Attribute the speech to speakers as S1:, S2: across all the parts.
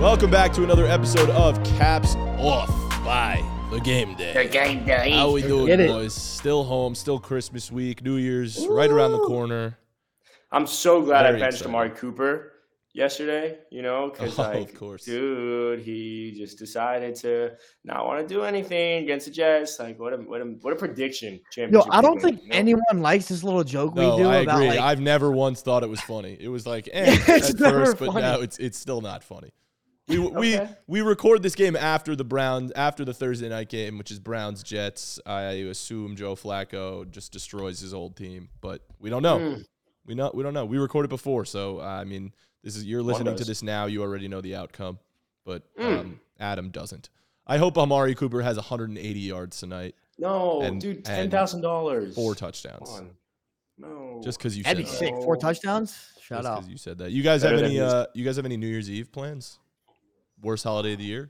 S1: Welcome back to another episode of Caps Off by the Game Day.
S2: game day.
S1: How we doing,
S3: Get it.
S1: boys? Still home, still Christmas week, New Year's right around the
S2: Woo!
S1: corner.
S2: I'm so glad I
S1: Very
S2: benched
S1: excited.
S2: Amari Cooper yesterday, you know, because
S1: Oh,
S2: like,
S1: of course.
S2: dude, he just decided to not want to do anything against the Jets. Like, what a what a what a prediction!
S3: Yo,
S2: Championship
S3: I don't
S2: prediction,
S3: think
S2: you know?
S3: anyone likes this little joke
S1: No,
S3: we do
S1: I
S3: about
S1: agree.
S3: like.
S1: I've never once thought it was funny. It was like, eh,
S3: It's
S1: at
S3: never
S1: first, but
S3: funny.
S1: now it's it's still not funny. We
S2: Okay.
S1: we we record this game after the Browns after the Thursday night game, which is Browns Jets. I assume Joe Flacco just destroys his old team, but we don't know.
S2: Mm.
S1: We not we don't know. We recorded before, so uh, I mean, this is you're
S2: One
S1: listening to
S2: does.
S1: this now. You already know the outcome, but
S2: Mm.
S1: um, Adam doesn't. I hope Amari Cooper has 180 yards tonight,
S2: No,
S1: And-
S2: dude,
S1: and
S2: ten thousand dollars.
S1: four touchdowns,
S2: No.
S1: just because you
S3: That'd be
S1: said that.
S3: sick. Four touchdowns. Shout
S1: Just
S3: out.
S1: 'cause you said that. You guys have
S2: Better than
S1: any?
S2: his-
S1: Uh, you guys have any New Year's Eve plans? Worst holiday of the year?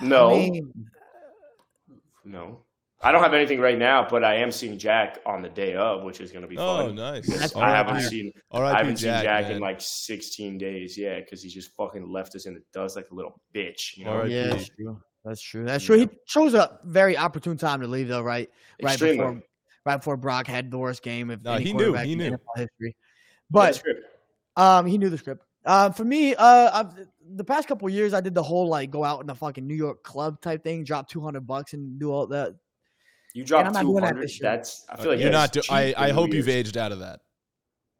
S2: no,
S3: I mean,
S2: no. I don't have anything right now, but I am seeing Jack on the day of, which is going to be
S1: Oh,
S2: fun.
S1: nice.
S3: That's
S2: I
S3: fine.
S1: R.I.P.
S2: haven't
S3: fire.
S2: seen I
S1: R.I.P.
S2: haven't
S1: Jack, uh,
S2: seen Jack
S1: man.
S2: in like 16 days. Yeah, because he just fucking left us in the dust like a little bitch. You know,
S1: Alright,
S3: yeah,
S1: RIP.
S3: that's true. That's true. That's true. He chose a very opportune time to leave, though. Right. Right
S2: Extremely.
S3: before. Right before Brock had the worst game of
S1: No,
S3: any
S1: he knew,
S3: quarterback
S1: he
S3: in
S1: knew.
S3: NFL history.
S2: Good
S3: But
S2: script.
S3: Um, he knew the script. Um, for me, uh, I've, the past couple of years, I did the whole like go out in a fucking New York club type thing, drop two hundred bucks, and do all that.
S2: you dropped
S3: I'm not doing that
S2: 200.
S3: this year.
S2: That's I feel like
S1: you're not.
S2: that's
S1: Do-
S2: cheap
S1: I
S2: for
S1: I
S2: New
S1: hope you've
S2: Year's.
S1: aged out of that.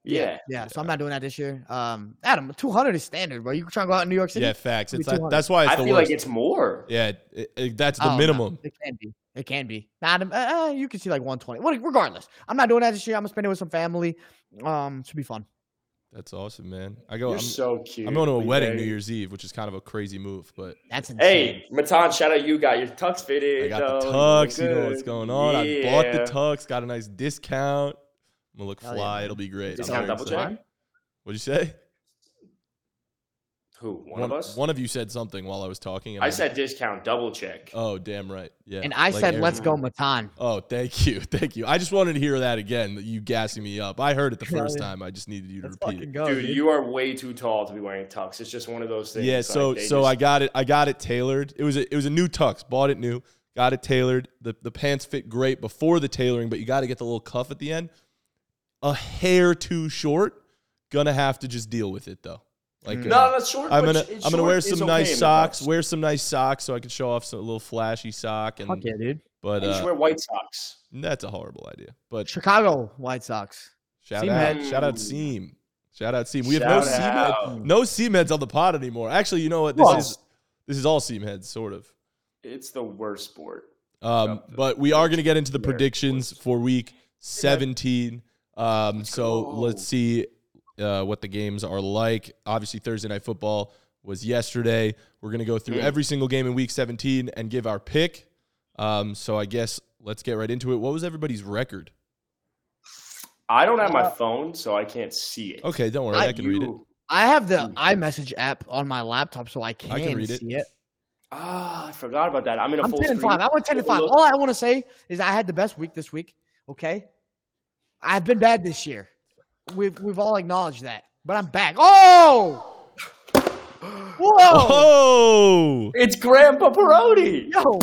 S2: Yeah,
S3: yeah. So I'm not doing that this year. Um, Adam, two hundred is standard, bro. You trying to go out in New York City?
S1: Yeah, facts.
S3: Give me
S1: It's that,
S3: 200.
S1: that's why it's
S2: I
S1: the
S2: feel
S1: worst.
S2: like it's more.
S1: yeah, it- it- that's the
S3: Oh, no.
S1: minimum.
S3: It can be. It can be. Adam, uh, uh, you can see like one twenty. Well, regardless, I'm not doing that this year. I'm gonna spend it with some family. Um, should be fun.
S1: That's awesome, man. I go.
S2: You're
S1: I'm,
S2: so cute.
S1: I'm going to a
S2: Lee
S1: wedding
S2: Bay.
S1: New Year's Eve, which is kind of a crazy move, but
S3: That's insane.
S2: Hey, Matan, shout out you got your tux fitted.
S1: I got the
S2: though.
S1: tux. You
S2: look
S1: know what's
S2: good.
S1: going on. I bought
S2: Yeah.
S1: the tux. Got a nice discount. I'm gonna look
S3: Hell yeah,
S1: fly.
S3: man.
S1: It'll be great. I'm
S2: Discount
S1: very
S2: double
S1: excited.
S2: check.
S1: What'd you say?
S2: Who? One, of us?
S1: One of you said something while I was talking. and
S2: I
S1: just-
S2: said discount double check.
S1: Oh, damn right. Yeah.
S3: and I
S1: like
S3: said,
S1: Aaron-
S3: let's go, Matan.
S1: Oh, thank you, thank you. I just wanted to hear that again. that You gassing me up. I heard it the
S3: Hell
S1: first
S3: yeah.
S1: time. I just needed you to
S3: Let's
S1: repeat
S3: fucking
S1: it.
S3: go,
S2: Dude, you are way too tall to be wearing tux. It's just one of those things.
S1: Yeah.
S2: like,
S1: So
S2: they
S1: so
S2: just-
S1: I got it. I got it tailored. It was a, it was a new tux. Bought it new. Got it tailored. The the pants fit great before the tailoring, but you got to get the little cuff at the end. A hair too short. Gonna have to just deal with it though. Like
S3: Mm.
S1: uh,
S2: No, that's short.
S1: I'm
S2: but
S1: gonna
S2: sh- it's
S1: I'm gonna
S2: short
S1: wear
S2: is
S1: some
S2: okay in
S1: nice
S2: the
S1: socks.
S2: tux.
S1: Wear some nice socks so I can show off some a little flashy sock.
S3: Fuck
S1: And
S3: yeah, dude.
S1: but
S2: you should
S1: uh,
S2: wear white socks.
S1: that's a horrible idea. But
S3: Chicago White Sox.
S1: Shout
S3: Seam
S1: out,
S3: head.
S1: shout out, Seam. Shout out, Seam. We have
S2: Shout
S1: no Seam head,
S2: out.
S1: no Seam heads on the pod anymore. Actually, you know what? This
S3: Well-
S1: is this is all Seam heads, sort of.
S2: It's the worst sport.
S1: Um,
S2: Yep.
S1: but we are going to get into the
S2: There.
S1: predictions for Week 17. Um, so
S2: go.
S1: let's see uh, what the games are like. Obviously, Thursday night football was yesterday. We're going to go through
S2: Mm.
S1: every single game in Week 17 and give our pick. Um, so I guess let's get right into it. What was everybody's record?
S2: I don't have my
S3: Uh,
S2: phone, so I can't see it.
S1: Okay, don't worry,
S3: I-
S1: I can read it.
S2: You-
S3: I have the
S2: Mm.
S3: iMessage app on my laptop, so I can,
S1: read it.
S3: see it.
S2: Ah, I forgot about that. I'm in a
S3: I'm
S2: full
S3: 10 and
S2: screen.
S3: 5. I went 10 and 5.
S2: Look.
S3: All I want to say is I had the best week this week. Okay. I've been bad this year. We've, we've all acknowledged that, but I'm back. Oh, whoa.
S1: Oh!
S2: It's Grandpa Parodi.
S3: Yo,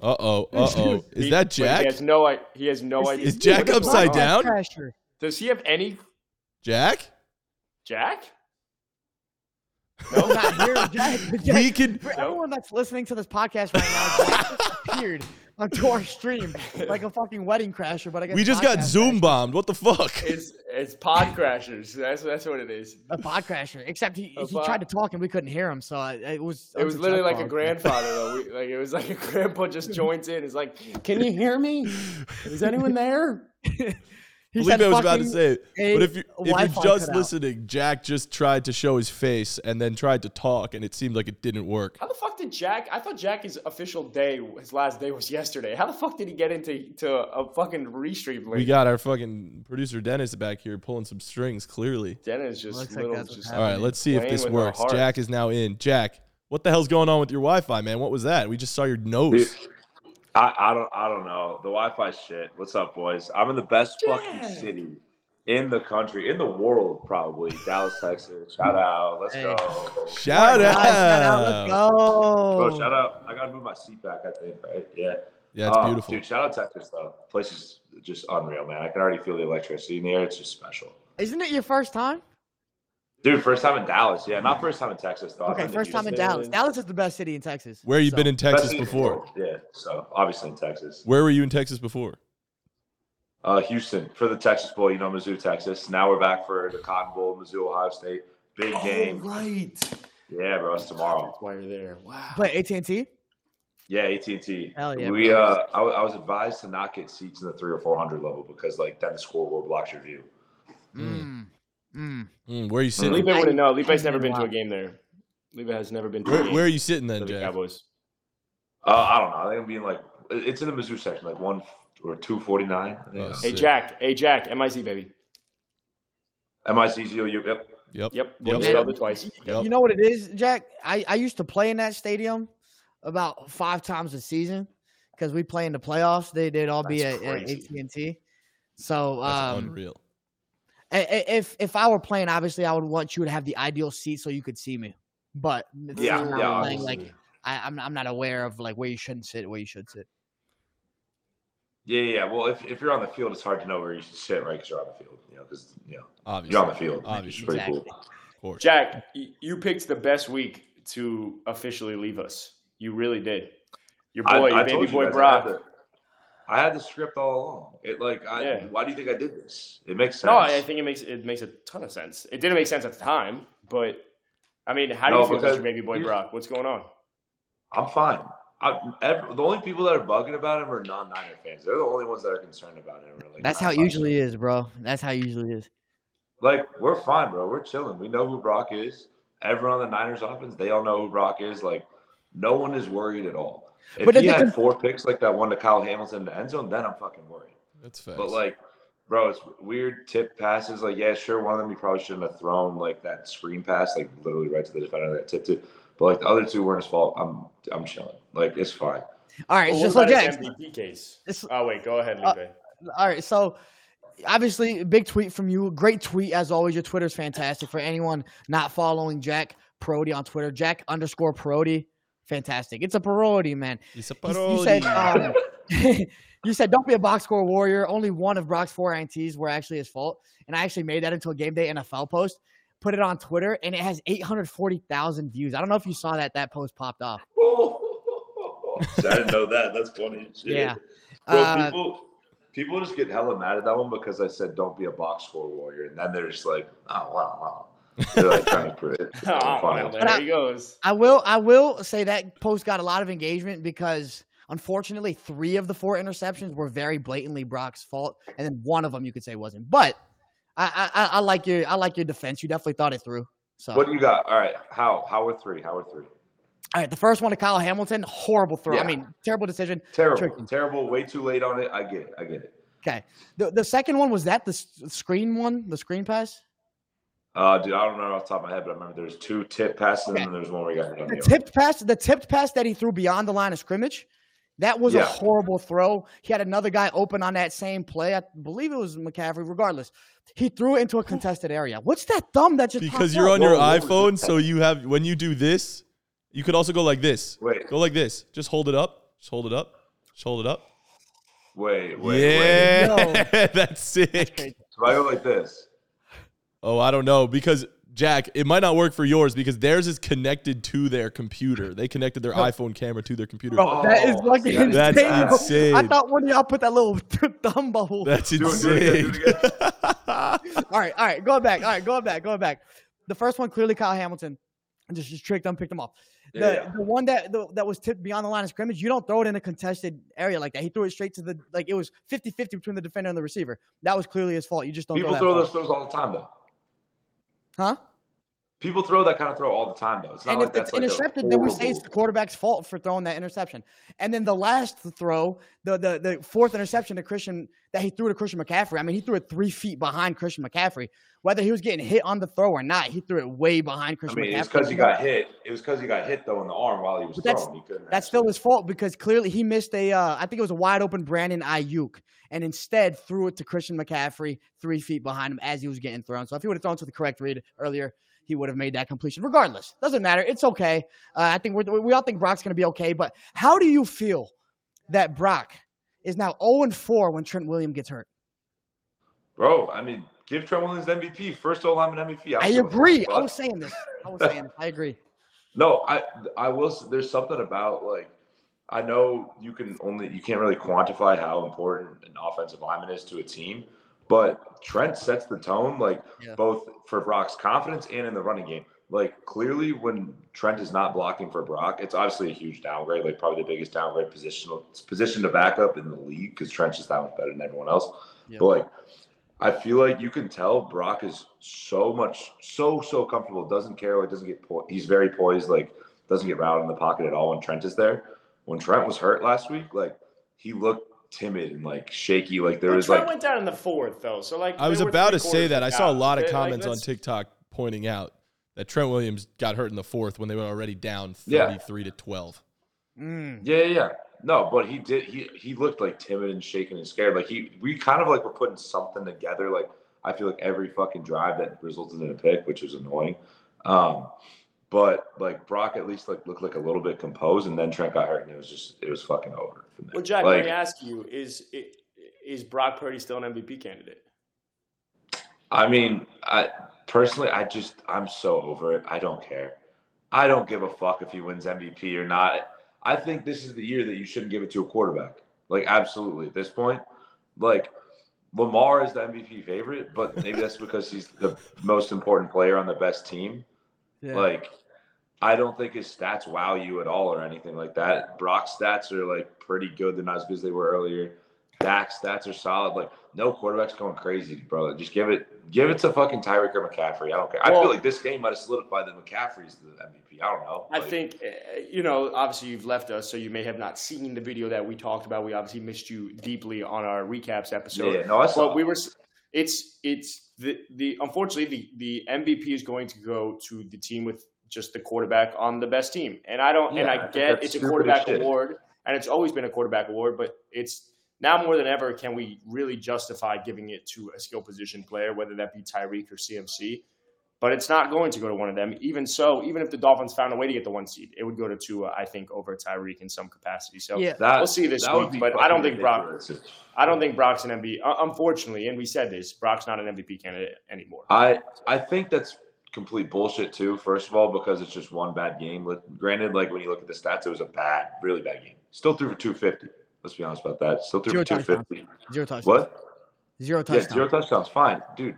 S1: Uh oh, uh oh. Is
S2: He-
S1: that
S2: but He
S1: Jack?
S2: has no. Oh, i- He has no idea.
S1: Is Jack
S2: What the
S1: upside
S2: fuck?
S3: Blood
S1: down?
S3: pressure.
S2: Does he have any
S1: Jack?
S2: Jack?
S3: No, not here. Jack, Jack.
S1: We can.
S3: For everyone that's listening to this podcast right now, Jack just appeared onto our stream like a fucking wedding crasher. But I guess
S1: We just got
S3: podcast
S1: zoom bombed. What the fuck?
S2: It's it's Pod Crashers. That's that's what it is.
S3: A pod crasher, except he,
S2: A
S3: he
S2: pod-
S3: tried to talk and we couldn't hear him, so I- it was
S2: It was literally like a
S3: unsuccessful.
S2: grandfather though. We, like it was like a grandpa just joins in. It's like, can you hear me? Is anyone there?
S3: He said
S1: Felipe was about to
S3: fucking-
S1: say.
S3: a
S1: But if you if
S3: Wi-Fi
S1: you're just
S3: cutout.
S1: listening, Jack just tried to show his face and then tried to talk, and it seemed like it didn't work.
S2: How the fuck did Jack? I thought Jack's official day, his last day was yesterday. How the fuck did he get into to a fucking restream link?
S1: We got our fucking producer Dennis back here pulling some strings. Clearly.
S2: Dennis just
S3: Looks like
S2: little.
S3: that's what
S2: just,
S1: All right, let's see if
S2: Playing
S1: this
S2: with our
S1: works.
S2: hearts.
S1: Jack is now in. Jack, what the hell's going on with your Wi-Fi, man? What was that? We just saw your nose.
S4: I, I don't I don't know. The Wi-Fi shit. What's up, boys? I'm in the best
S2: Jack.
S4: fucking city in the country, in the world, probably. Dallas, Texas. Shout out. Let's
S3: Hey.
S4: go.
S1: Shout
S3: Guys,
S1: out.
S3: shout out. Let's
S1: Oh,
S3: go.
S4: Bro, shout out. I got to move my seat back, I think, right? Yeah.
S1: Yeah, it's
S4: Oh,
S1: beautiful.
S4: Dude, shout out Texas, though. Place is just unreal, man. I can already feel the electricity in the air. It's just special.
S3: Isn't it your first time?
S4: Dude, first time in Dallas. Yeah, not first time in Texas,
S2: Oh,
S4: though. I've
S3: Okay,
S4: been to
S3: first time in
S4: Houston.
S3: Dallas. Dallas is the best city in Texas.
S1: Where you
S3: so.
S1: been in
S4: Best
S1: Texas
S4: city in the
S1: before?
S4: world. Yeah, so obviously in Texas.
S1: Where were you in Texas before?
S4: Uh, Houston for the Texas Bowl, you know, Mizzou, Texas. Now we're back for the Cotton Bowl, Mizzou, Ohio State. Big game.
S2: right.
S4: Yeah, bro, it's tomorrow.
S2: That's why you're there. Wow.
S3: But AT and T.
S4: Yeah, AT and T.
S3: Hell yeah,
S4: We
S3: bro.
S4: uh, I, wa- I was advised to not get seats in the three or four hundred level because like then the scoreboard blocks your view.
S1: Mm.
S3: Mm. Mm.
S1: Mm, where are you sitting?
S2: Libe wouldn't know. Libe's never
S3: Wow.
S2: been to a game there. Libe has never been to a
S1: Where,
S2: game
S1: where are you sitting then,
S2: for the
S1: Jack?
S2: Cowboys.
S4: Uh, I don't know. I think I'm being like it- it's in the Mizzou section, like one or two forty nine.
S1: Oh,
S4: Yeah.
S2: Hey
S1: Sick.
S2: Jack. Hey Jack. MIC baby.
S4: Am I CZO? You yep.
S1: Yep.
S2: Yep. One
S1: Yep.
S2: yep. twice.
S1: Yep.
S3: You know what it is, Jack? I, I used to play in that stadium about five times a season because we play in the playoffs. They did all be
S2: That's
S3: at at AT
S2: crazy.
S3: and T. So
S1: That's
S3: um,
S1: unreal.
S3: i- i- if if I were playing, obviously I would want you to have the ideal seat so you could see me. But since
S4: Yeah,
S3: I'm not
S4: yeah,
S3: playing,
S4: obviously.
S3: like I, I'm I'm not aware of like where you shouldn't sit, where you should sit.
S4: Yeah, yeah. yeah. Well, if, if you're on the field, it's hard to know where you should sit, right? Because you're on the field, you know. Because you know
S1: Obviously.
S4: you're on the field. It's
S1: Obviously.
S4: pretty
S3: Exactly.
S4: cool.
S1: Of course.
S2: Jack, y- you picked the best week to officially leave us. You really did. Your boy, your baby
S4: told you
S2: boy
S4: guys, I had
S2: Brock.
S4: the- I had the script all along. It like, I,
S2: Yeah.
S4: why do you think I did this? It makes sense.
S2: No, I I think it makes it makes a ton of sense. It didn't make sense at the time, but I mean, how do
S4: No,
S2: you feel about
S4: because
S2: your baby boy
S4: here's-
S2: Brock? What's going on?
S4: I'm fine. I, ev the only people that are bugging about him are non-Niner fans. They're the only ones that are concerned about him. Really.
S3: That's how it usually is, bro. That's how it usually is.
S4: Like we're fine, bro. We're chilling. We know who Brock is. Everyone on the Niners offense, they all know who Brock is. Like, no one is worried at all. If
S3: But
S4: he
S3: the
S4: had
S3: thing-
S4: four picks like that one to Kyle Hamilton in the end zone, then I'm fucking worried.
S1: That's facts.
S4: But like, bro, it's weird tip passes. Like, yeah, sure, one of them you probably shouldn't have thrown like that screen pass, like literally right to the defender that tipped it. But like the other two weren't his fault. I'm I'm chilling. Like it's fine.
S3: All right,
S2: Well,
S3: just
S2: what
S3: like
S2: about
S3: Jack.
S2: his MVP case.
S3: It's-
S2: Oh wait, go ahead,
S3: Uh,
S2: Lupe.
S3: All right, so obviously, big tweet from you. Great tweet as always. Your Twitter's fantastic. For anyone not following Jack Parody on Twitter, Jack underscore Parody, fantastic. It's a parody, man.
S1: it's a
S3: He- he
S1: parody.
S3: said, um, you said, don't be a box score warrior. Only one of Brock's four INTs were actually his fault. And I actually made that into a game day NFL post, put it on Twitter, and it has 840,000 views. I don't know if you saw that. That post popped off.
S4: See, I didn't know that. That's funny. as shit.
S3: Yeah.
S4: Bro,
S3: Uh,
S4: people people just get hella mad at that one because I said don't be a box score warrior, and then they're just like, oh wow, wow. They're like trying to prove it. It's
S2: Oh,
S4: funny.
S2: well, there he goes.
S3: I will I will say that post got a lot of engagement because unfortunately three of the four interceptions were very blatantly Brock's fault, and then one of them you could say wasn't. But I I, I- I like your I like your defense. You definitely thought it through. So
S4: What do you got? All right, how how are three? How are three?
S3: all right, the first one to Kyle Hamilton, horrible throw. I
S4: Yeah.
S3: mean, terrible decision.
S4: Terrible,
S3: Tricky.
S4: terrible. Way too late on it. I get it. I get it.
S3: Okay. The the second one was that the s- screen one, the screen pass.
S4: Uh, dude, I don't know off the top of my head, but I remember there's two tip passes
S3: Okay.
S4: and then there's one where you got hit on
S3: The
S4: the other.
S3: tipped pass, the tipped pass that he threw beyond the line of scrimmage, that was a
S4: Yeah.
S3: horrible throw. He had another guy open on that same play. I believe it was McCaffrey. Regardless, he threw it into a contested area. What's that thumb that just?
S1: because
S3: popped
S1: you're
S3: up?
S1: on your
S4: Whoa, what was
S1: iPhone,
S4: that?
S1: so you have when you do this, you could also go like this.
S4: Wait,
S1: Go like this. Just hold it up. Just hold it up. Just hold it up.
S4: wait, wait. Wait.
S1: yeah,
S3: No.
S1: that's sick.
S3: crazy.
S4: So I go like this.
S1: Oh, I don't know because Jack, it might not work for yours because theirs is connected to their computer. They connected their iPhone camera to their computer.
S3: Bro, that is
S4: Oh,
S3: fucking
S4: yeah,
S3: insane.
S1: that's
S3: bro. I
S1: insane.
S3: thought one of y'all put that little thumb bubble.
S1: That's
S4: Do it, do it again,
S1: insane.
S4: do it
S3: all right, all right, going back. All right, going back, going back. The first one clearly Kyle Hamilton, just just tricked him, picked him off. The,
S4: Yeah, yeah.
S3: the one that the, that was tipped beyond the line of scrimmage, you don't throw it in a contested area like that. He threw it straight to the like it was 50-50 between the defender and the receiver. That was clearly his fault. You just don't
S4: People
S3: throw that far.
S4: throw those throws all the time though.
S3: Huh?
S4: People throw that kind of throw all the time, though. It's not
S3: and
S4: like
S3: if
S4: that's
S3: it's
S4: like a
S3: intercepted, then we say it's
S4: horrible-
S3: the quarterback's fault for throwing that interception. And then the last throw, the the, the fourth interception to Christian that he threw to Christian McCaffrey. I mean, he threw it three feet behind Christian McCaffrey. Whether he was getting hit on the throw or not, he threw it way behind
S4: I
S3: Christian
S4: mean,
S3: McCaffrey.
S4: it's because he got hit. It was because he got hit though in the arm while he was
S3: But that's-
S4: throwing. He couldn't.
S3: That's
S4: actually-
S3: still his fault because clearly he missed a, uh, I think it was a wide open Brandon Ayuk, and instead threw it to Christian McCaffrey three feet behind him as he was getting thrown. So if he would have thrown to the correct read earlier, he would have made that completion. Regardless, doesn't matter. It's okay. Uh, I think we're, we all think Brock's going to be okay. But how do you feel that Brock is now 0 4 when Trent Williams gets hurt?
S4: bro. I mean, give Trent Williams MVP, first O lineman MVP.
S3: I
S4: don't give a fuck,
S3: agree. I
S4: bro.
S3: was saying this. I was saying this. I agree.
S4: No, I I will. s- There's something about like I know you can only you can't really quantify how important an offensive lineman is to a team, but Trent sets the tone like
S3: Yeah.
S4: both for Brock's confidence and in the running game. Like clearly, when Trent is not blocking for Brock, it's obviously a huge downgrade. Like probably the biggest downgrade positional position to back up in the league because Trent's just that much better than everyone else.
S3: Yeah.
S4: But like, I feel like you can tell Brock is so much, so so comfortable. Doesn't care. Like doesn't get. Po- he's very poised. Like doesn't get rattled in the pocket at all when Trent is there. When Trent was hurt last week, like he looked timid and like shaky. Like there
S2: But
S4: was
S2: Trent
S4: like
S2: went down in the fourth, though. So like,
S1: I
S2: they
S1: was
S2: were
S1: about to
S2: three
S1: say
S2: quarters
S1: that. I
S2: down.
S1: saw a lot of
S2: They- like,
S1: comments on
S2: that's-
S1: TikTok pointing out that Trent Williams got hurt in the fourth when they were already down
S4: Yeah.
S1: 33 to 12.
S3: Mm.
S4: Yeah, yeah, yeah. No, but he did. He he looked like timid and shaken and scared. Like he, we kind of like were putting something together. Like I feel like every fucking drive that resulted in a pick, which was annoying. Um, but like Brock at least like looked like a little bit composed, and then Trent got hurt, and it was just it was fucking over. for me.
S2: Well, Jack,
S4: like
S2: let me ask you: Is i- is Brock Purdy still an MVP candidate?
S4: I mean, I personally, I just I'm so over it. I don't care. I don't give a fuck if he wins MVP or not. I think this is the year that you shouldn't give it to a quarterback. Like, absolutely. At this point, like, Lamar is the MVP favorite, but maybe that's because he's the most important player on the best team.
S3: Yeah.
S4: Like, I don't think his stats wow you at all or anything like that. Brock's stats are like pretty good. They're not as good as they were earlier. Dak's stats are solid. Like, no quarterback's going crazy, brother. Just give it, give it to fucking Tyreek or McCaffrey. I don't care. I
S2: Well-
S4: feel like this game might have solidified that McCaffrey's the MVP. I don't know.
S2: I
S4: Like,
S2: think uh, you know. Obviously, you've left us, so you may have not seen the video that we talked about. We obviously missed you deeply on our recaps
S4: Yeah,
S2: episode.
S4: yeah, no, I saw.
S2: But we were. s- It's it's the the unfortunately the the MVP is going to go to the team with just the quarterback on the best team, and I don't and
S4: Yeah, I
S2: I
S4: think
S2: get
S4: that's
S2: it's a
S4: stupid as
S2: quarterback
S4: shit.
S2: award, and it's always been a quarterback award, but it's now more than ever can we really justify giving it to a skill position player, whether that be Tyreek or CMC. But it's not going to go to one of them. Even so, even if the Dolphins found a way to get the one seed, it would go to Tua, I think, over Tyreek in some capacity. So
S3: Yeah.
S4: that,
S2: we'll see this
S4: that would
S2: week,
S4: be
S2: but I don't
S4: fucking
S2: think Brock-
S4: ridiculous.
S2: I don't think Brock's an MVP. Uh, Unfortunately, and we said this, Brock's not an MVP candidate anymore.
S4: I I think that's complete bullshit too. First of all, because it's just one bad game. Like, granted, like when you look at the stats, it was a bad, really bad game. Still threw for two fifty. Let's be honest about that. Still
S3: Zero
S4: threw for two fifty.
S3: Zero touchdowns.
S4: What?
S3: Zero
S4: Yeah,
S3: touchdowns.
S4: zero touchdowns. Fine, dude.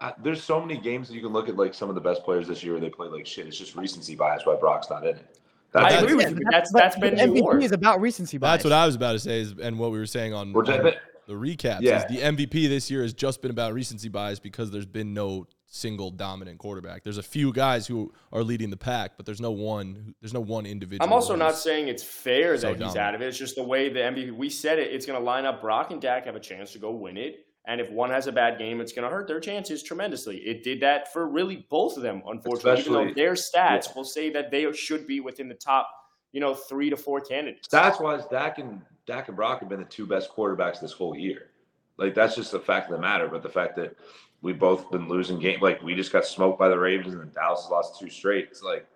S4: I, there's so many games that you can look at like some of the best players this year. They play like shit. It's just recency bias why Brock's not in it.
S2: I
S4: That's
S1: That's-
S2: agree with you. but That's that's been
S3: but
S2: the
S3: MVP
S2: award.
S3: is about recency bias.
S1: That's what I was about to say, is, and what we were saying on,
S4: Which I
S1: on
S4: think-
S1: the recaps
S4: Yeah.
S1: is the MVP this year has just been about recency bias because there's been no single dominant quarterback. There's a few guys who are leading the pack, but there's no one. There's no one individual.
S2: I'm also
S1: who's-
S2: not saying it's fair
S1: So
S2: that he's
S1: dumb.
S2: out of it. It's just the way the MVP. We said it. It's going to line up. Brock and Dak have a chance to go win it, and if one has a bad game, it's going to hurt their chances tremendously. It did that for really both of them, unfortunately. even though
S4: Especially-
S2: their stats
S4: yeah.
S2: will say that they should be within the top, you know, three to four candidates.
S4: stats wise, Dak and Dak and Brock have been the two best quarterbacks this whole year. Like that's just the fact of the matter. But the fact that we both been losing game, like we just got smoked by the Ravens and then Dallas has lost two straight. It's like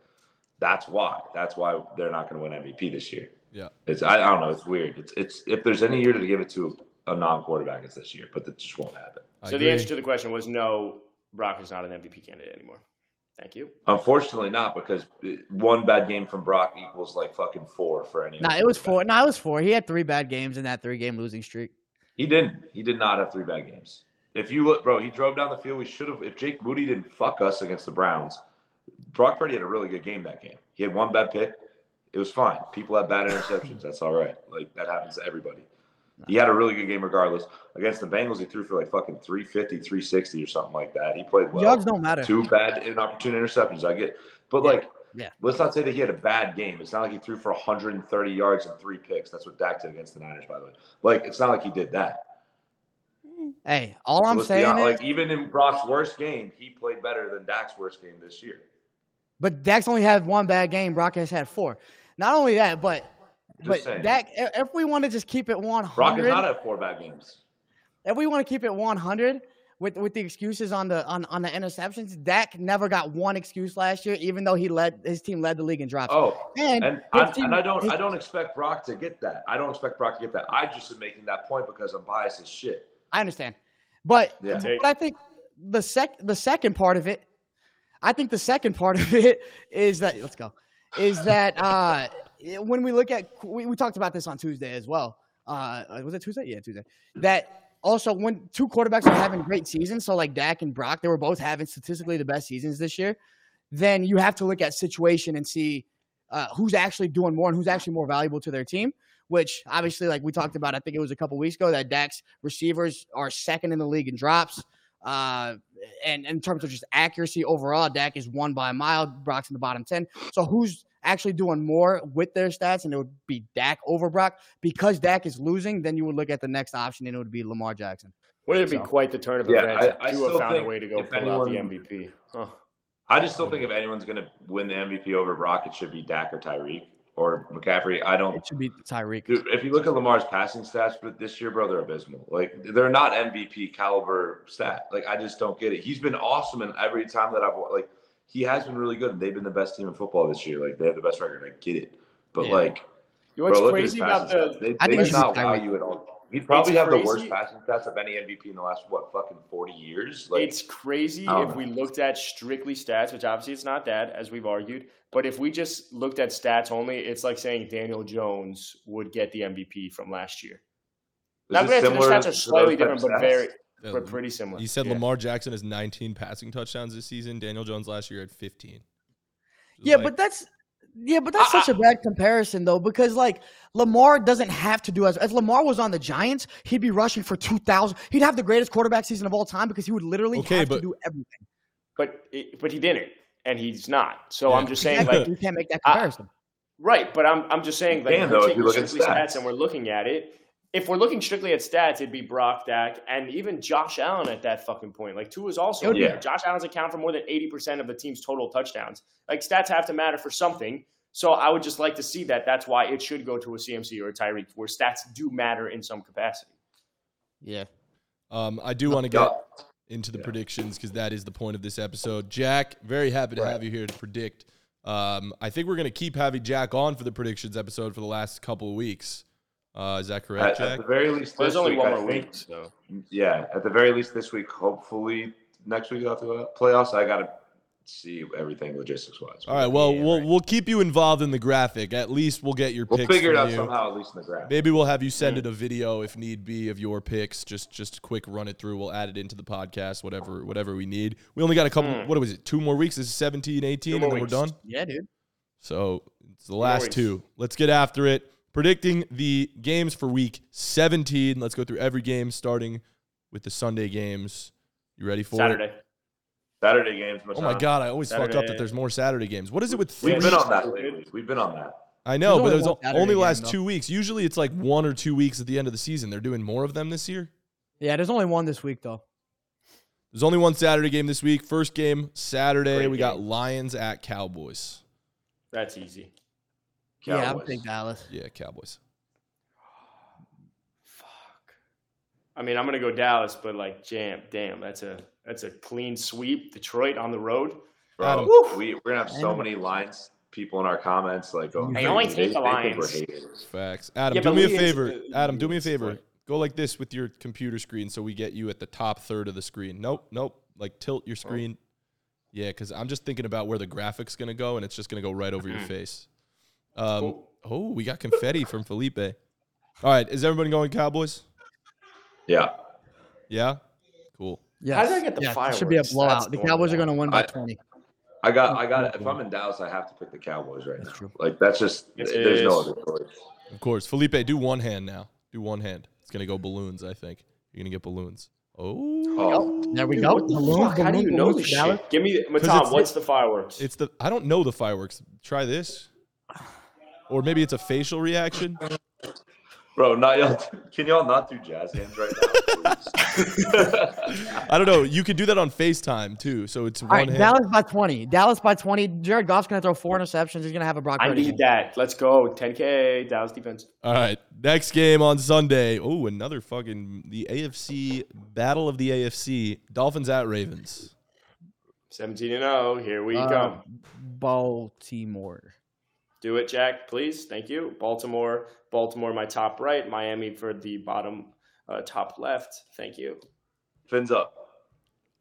S4: that's why. That's why they're not going to win MVP this year.
S1: Yeah.
S4: it's I, I don't know. It's weird. It's it's if there's any year to give it to a non quarterback, it's this year. But that just won't happen.
S1: I
S2: so
S1: agree.
S2: the answer to the question was no. Brock is not an MVP candidate anymore. Thank you.
S4: Unfortunately, not because one bad game from Brock equals like fucking four for any.
S3: Nah,
S4: other
S3: it was
S4: quarterback.
S3: four. No, it was four. He had three bad games in that three game losing streak.
S4: He didn't. He did not have three bad games. If you look, bro, he drove down the field. We should have. If Jake Moody didn't fuck us against the Browns, Brock Purdy had a really good game that game. He had one bad pick. It was fine. People have bad interceptions. That's all right. Like that happens to everybody. He had a really good game regardless. Against the Bengals, he threw for like fucking 350, 360 or something like that. He played well.
S3: Yugs don't matter.
S4: Two bad inopportune interceptions. I get, but
S3: Yeah.
S4: like,
S3: Yeah.
S4: let's not say that he had a bad game. It's not like he threw for 130 yards and three picks. That's what Dak did against the Niners, by the way. Like, it's not like he did that.
S3: Hey, all I'm
S4: Let's be
S3: saying
S4: hon-
S3: is,
S4: like, even in Brock's worst game, he played better than Dak's worst game this year.
S3: but Dak's only had one bad game. Brock has had four. Not only that, but
S4: Just
S3: but
S4: saying.
S3: Dak, i- if we want to just keep it
S4: Brock has
S3: 100,
S4: not had four bad games.
S3: if we want to keep it 100 with with the excuses on the on, on the interceptions, Dak never got one excuse last year, even though he led his team led the league in drops.
S4: Oh,
S3: and
S4: and
S3: his
S4: I,
S3: team-
S4: and I don't
S3: his-
S4: I don't expect Brock to get that. I don't expect Brock to get that. I just am making that point because I'm biased as shit.
S3: I understand, but
S4: Yeah.
S2: Take-
S3: but I think the sec the second part of it, I think the second part of it is that let's go, is that uh, when we look at we, we talked about this on Tuesday as well. Uh, was it Tuesday? Yeah, Tuesday. That also when two quarterbacks are having great seasons, so like Dak and Brock, they were both having statistically the best seasons this year. Then you have to look at situation and see uh, who's actually doing more and who's actually more valuable to their team. Which obviously, like we talked about, I think it was a couple weeks ago that Dak's receivers are second in the league in drops. Uh, and in terms of just accuracy overall, Dak is one by a mile. Brock's in the bottom ten. So who's actually doing more with their stats? And it would be Dak over Brock because Dak is losing. Then you would look at the next option, and it would be Lamar Jackson.
S2: Wouldn't it be
S3: So-
S2: quite the turn of
S4: Yeah,
S2: events
S4: I- I
S2: if Tua
S4: still
S2: found a
S4: think
S2: way to go
S4: if
S2: pull out the
S4: anyone-
S2: MVP? Huh.
S4: I just don't think if anyone's going to win the MVP over Brock, it should be Dak or Tyreek or McCaffrey. I don't.
S3: It should be Tyreek.
S4: Dude, if you look at Lamar's passing stats for this year, bro, they're abysmal. Like they're not MVP caliber stat. Like I just don't get it. He's been awesome, and every time that I've wa- like, he has been really good. And they've been the best team in football this year. Like they have the best record. I get it, but
S3: Yeah.
S4: like,
S2: You know what's
S4: bro, look
S2: crazy
S4: at his
S2: about
S4: passing
S2: the
S4: stats. They,
S3: I think
S4: they
S3: it should be
S4: not
S3: Tyreek.
S4: value at all. He'd probably
S2: It's
S4: have the
S2: crazy.
S4: worst passing stats of any MVP in the last what fucking forty years. Like
S2: it's crazy
S4: I don't
S2: if
S4: know.
S2: we looked at strictly stats, which obviously it's not that, as we've argued. But if we just looked at stats only, it's like saying Daniel Jones would get the MVP from last year. Now,
S4: is this
S2: granted, the
S4: similar
S2: stats
S4: to
S2: are
S4: those
S2: slightly
S4: type of
S2: different, but
S4: stats?
S2: very,
S1: Yeah,
S2: but pretty similar.
S1: You said
S2: Yeah.
S1: Lamar Jackson has 19 passing touchdowns this season. Daniel Jones last year had 15. It was
S3: Yeah,
S1: like-
S3: but that's yeah, but that's such a bad comparison though, because like Lamar doesn't have to do as if Lamar was on the Giants, he'd be rushing for two thousand. He'd have the greatest quarterback season of all time because he would literally
S1: Okay,
S3: have
S1: but-
S3: to do everything.
S2: but it, but he didn't, and he's not. So
S1: Yeah.
S2: I'm just saying,
S3: Exactly.
S2: like,
S3: you can't make that
S2: I-
S3: comparison.
S2: right? But I'm I'm just saying, like,
S4: Damn,
S2: if
S4: though,
S2: we're
S4: if you
S2: taking
S4: look at
S2: strictly
S4: stats.
S2: stats and we're looking at it. If we're looking strictly at stats, it'd be Brock, Dak, and even Josh Allen at that fucking point. Like two is also
S4: Yeah.
S2: Josh Allen's account for more than eighty percent of the team's total touchdowns. Like stats have to matter for something. So I would just like to see that. That's why it should go to a CMC or a Tyreek, where stats do matter in some capacity.
S3: yeah.
S1: Um, I do want to
S4: Yeah.
S1: get into the
S4: Yeah.
S1: predictions because that is the point of this episode. Jack, very happy to
S4: Right.
S1: have you here to predict. Um, I think we're going to keep having Jack on for the predictions episode for the last couple of weeks. Uh, is that
S4: At,
S1: correct,
S4: at
S1: Jack?
S4: the very least,
S2: Well, there's
S4: this
S2: only
S4: week,
S2: one
S4: I
S2: more
S4: think-
S2: week, so
S4: Yeah, at the very least this week. Hopefully next week after the playoffs, I gotta see everything logistics wise.
S1: All right. Well, we'll we'll keep you involved in the graphic. At least we'll get your
S4: we'll
S1: picks.
S4: figure it
S1: from
S4: out
S1: you.
S4: somehow, at least in the draft.
S1: Maybe we'll have you send it a video if need be of your picks. Just just a quick run it through. We'll add it into the podcast, whatever whatever we need. We only got a couple.
S2: Mm.
S4: Hmm.
S1: What was it? Two more weeks. This is 17, 18,
S2: Two
S1: and
S2: more
S1: then
S2: weeks.
S1: we're done.
S3: Yeah, dude.
S1: So it's the
S2: worries.
S1: last two. Let's get after it. Predicting the games for week 17. Let's go through every game starting with the Sunday games. You ready for it?
S2: Saturday.
S4: Saturday games.
S1: Oh my God, I always fuck up
S2: Saturday.
S1: that there's more Saturday games. What is it with three?
S4: We've been on that lately. We've been on that.
S1: I know, but it was
S3: There's only one
S1: o-
S3: Saturday
S1: only
S3: game,
S1: last
S3: though.
S1: two weeks. Usually it's like one or two weeks at the end of the season. They're doing more of them this year.
S3: Yeah, there's only one this week though.
S1: There's only one Saturday game this week. First game, Saturday.
S2: Great
S1: we got
S2: game.
S1: Lions at Cowboys.
S2: That's easy.
S3: Yeah, I'm
S4: Cowboys.
S3: big Dallas.
S1: Yeah, Cowboys.
S2: Fuck. I mean, I'm gonna go Dallas, but like, jam, damn, that's a that's a clean sweep. Detroit on the road.
S1: Adam.
S4: Bro,
S3: Woof.
S4: we we're gonna have so
S3: Adam.
S4: many lines people in our comments like oh,
S3: They
S2: only
S4: think
S2: take the
S4: we're
S2: Lions.
S4: haters.
S1: Facts. Adam,
S2: Yeah,
S1: do
S2: but
S1: me a
S2: we-
S1: favor.
S2: it's-
S1: Adam, do me a
S2: it's
S1: favor.
S2: fine.
S1: Go like this with your computer screen so we get you at the top third of the screen. Nope, nope. Like tilt
S2: Oh.
S1: your screen. Yeah, because I'm just thinking about where the graphic's going to go and it's just going to go right over your face. Um,
S2: Mm-hmm. Cool.
S1: Oh, we got confetti from Felipe. All right. Is everybody going Cowboys?
S4: Yeah.
S1: Yeah? Cool.
S3: Yeah.
S2: How did I get the
S3: It should be a
S2: fireworks?
S3: blowout.
S2: That's
S3: The
S2: going
S3: Cowboys are
S2: down.
S3: going to win by
S4: I-
S3: 20.
S4: I got, I got. If I'm in Dallas, I have to pick the Cowboys right
S3: That's
S4: now.
S3: true.
S4: Like that's just,
S2: It
S4: there's no
S2: is.
S4: other choice.
S1: Of course. Felipe, do one hand now. Do one hand. It's gonna go balloons. I think you're gonna get balloons.
S4: Oh.
S1: Oh,
S3: There we
S2: Dude,
S3: go.
S2: what the
S3: Balloon,
S2: fuck? How do you
S3: balloon,
S2: know
S3: balloon,
S2: this
S3: Dallas.
S2: shit? Give me,
S1: 'Cause
S2: Matan,
S1: it's-
S2: what's the fireworks?
S1: it's the I don't know the fireworks. Try this, or maybe it's a facial reaction.
S4: Bro, not y'all. Can y'all not do jazz hands right now? please?
S1: I don't know. You can do that on Facetime too. So it's
S3: All
S1: one
S3: right,
S1: hand.
S3: Dallas by 20. Dallas by 20. Jared Goff's going to throw four interceptions. He's going to have a Brock
S2: I
S3: Purdy.
S2: need that. Let's go. 10K, Dallas defense.
S1: All right, next game on Sunday. Oh, another fucking the AFC battle of the AFC. Dolphins at Ravens.
S2: 17 and 0. Here we
S3: Uh,
S2: come.
S3: Baltimore.
S2: Do it, Jack, please. Thank you. Baltimore, Baltimore, my top right. Miami for the bottom, uh, top left. Thank you.
S4: Fins up.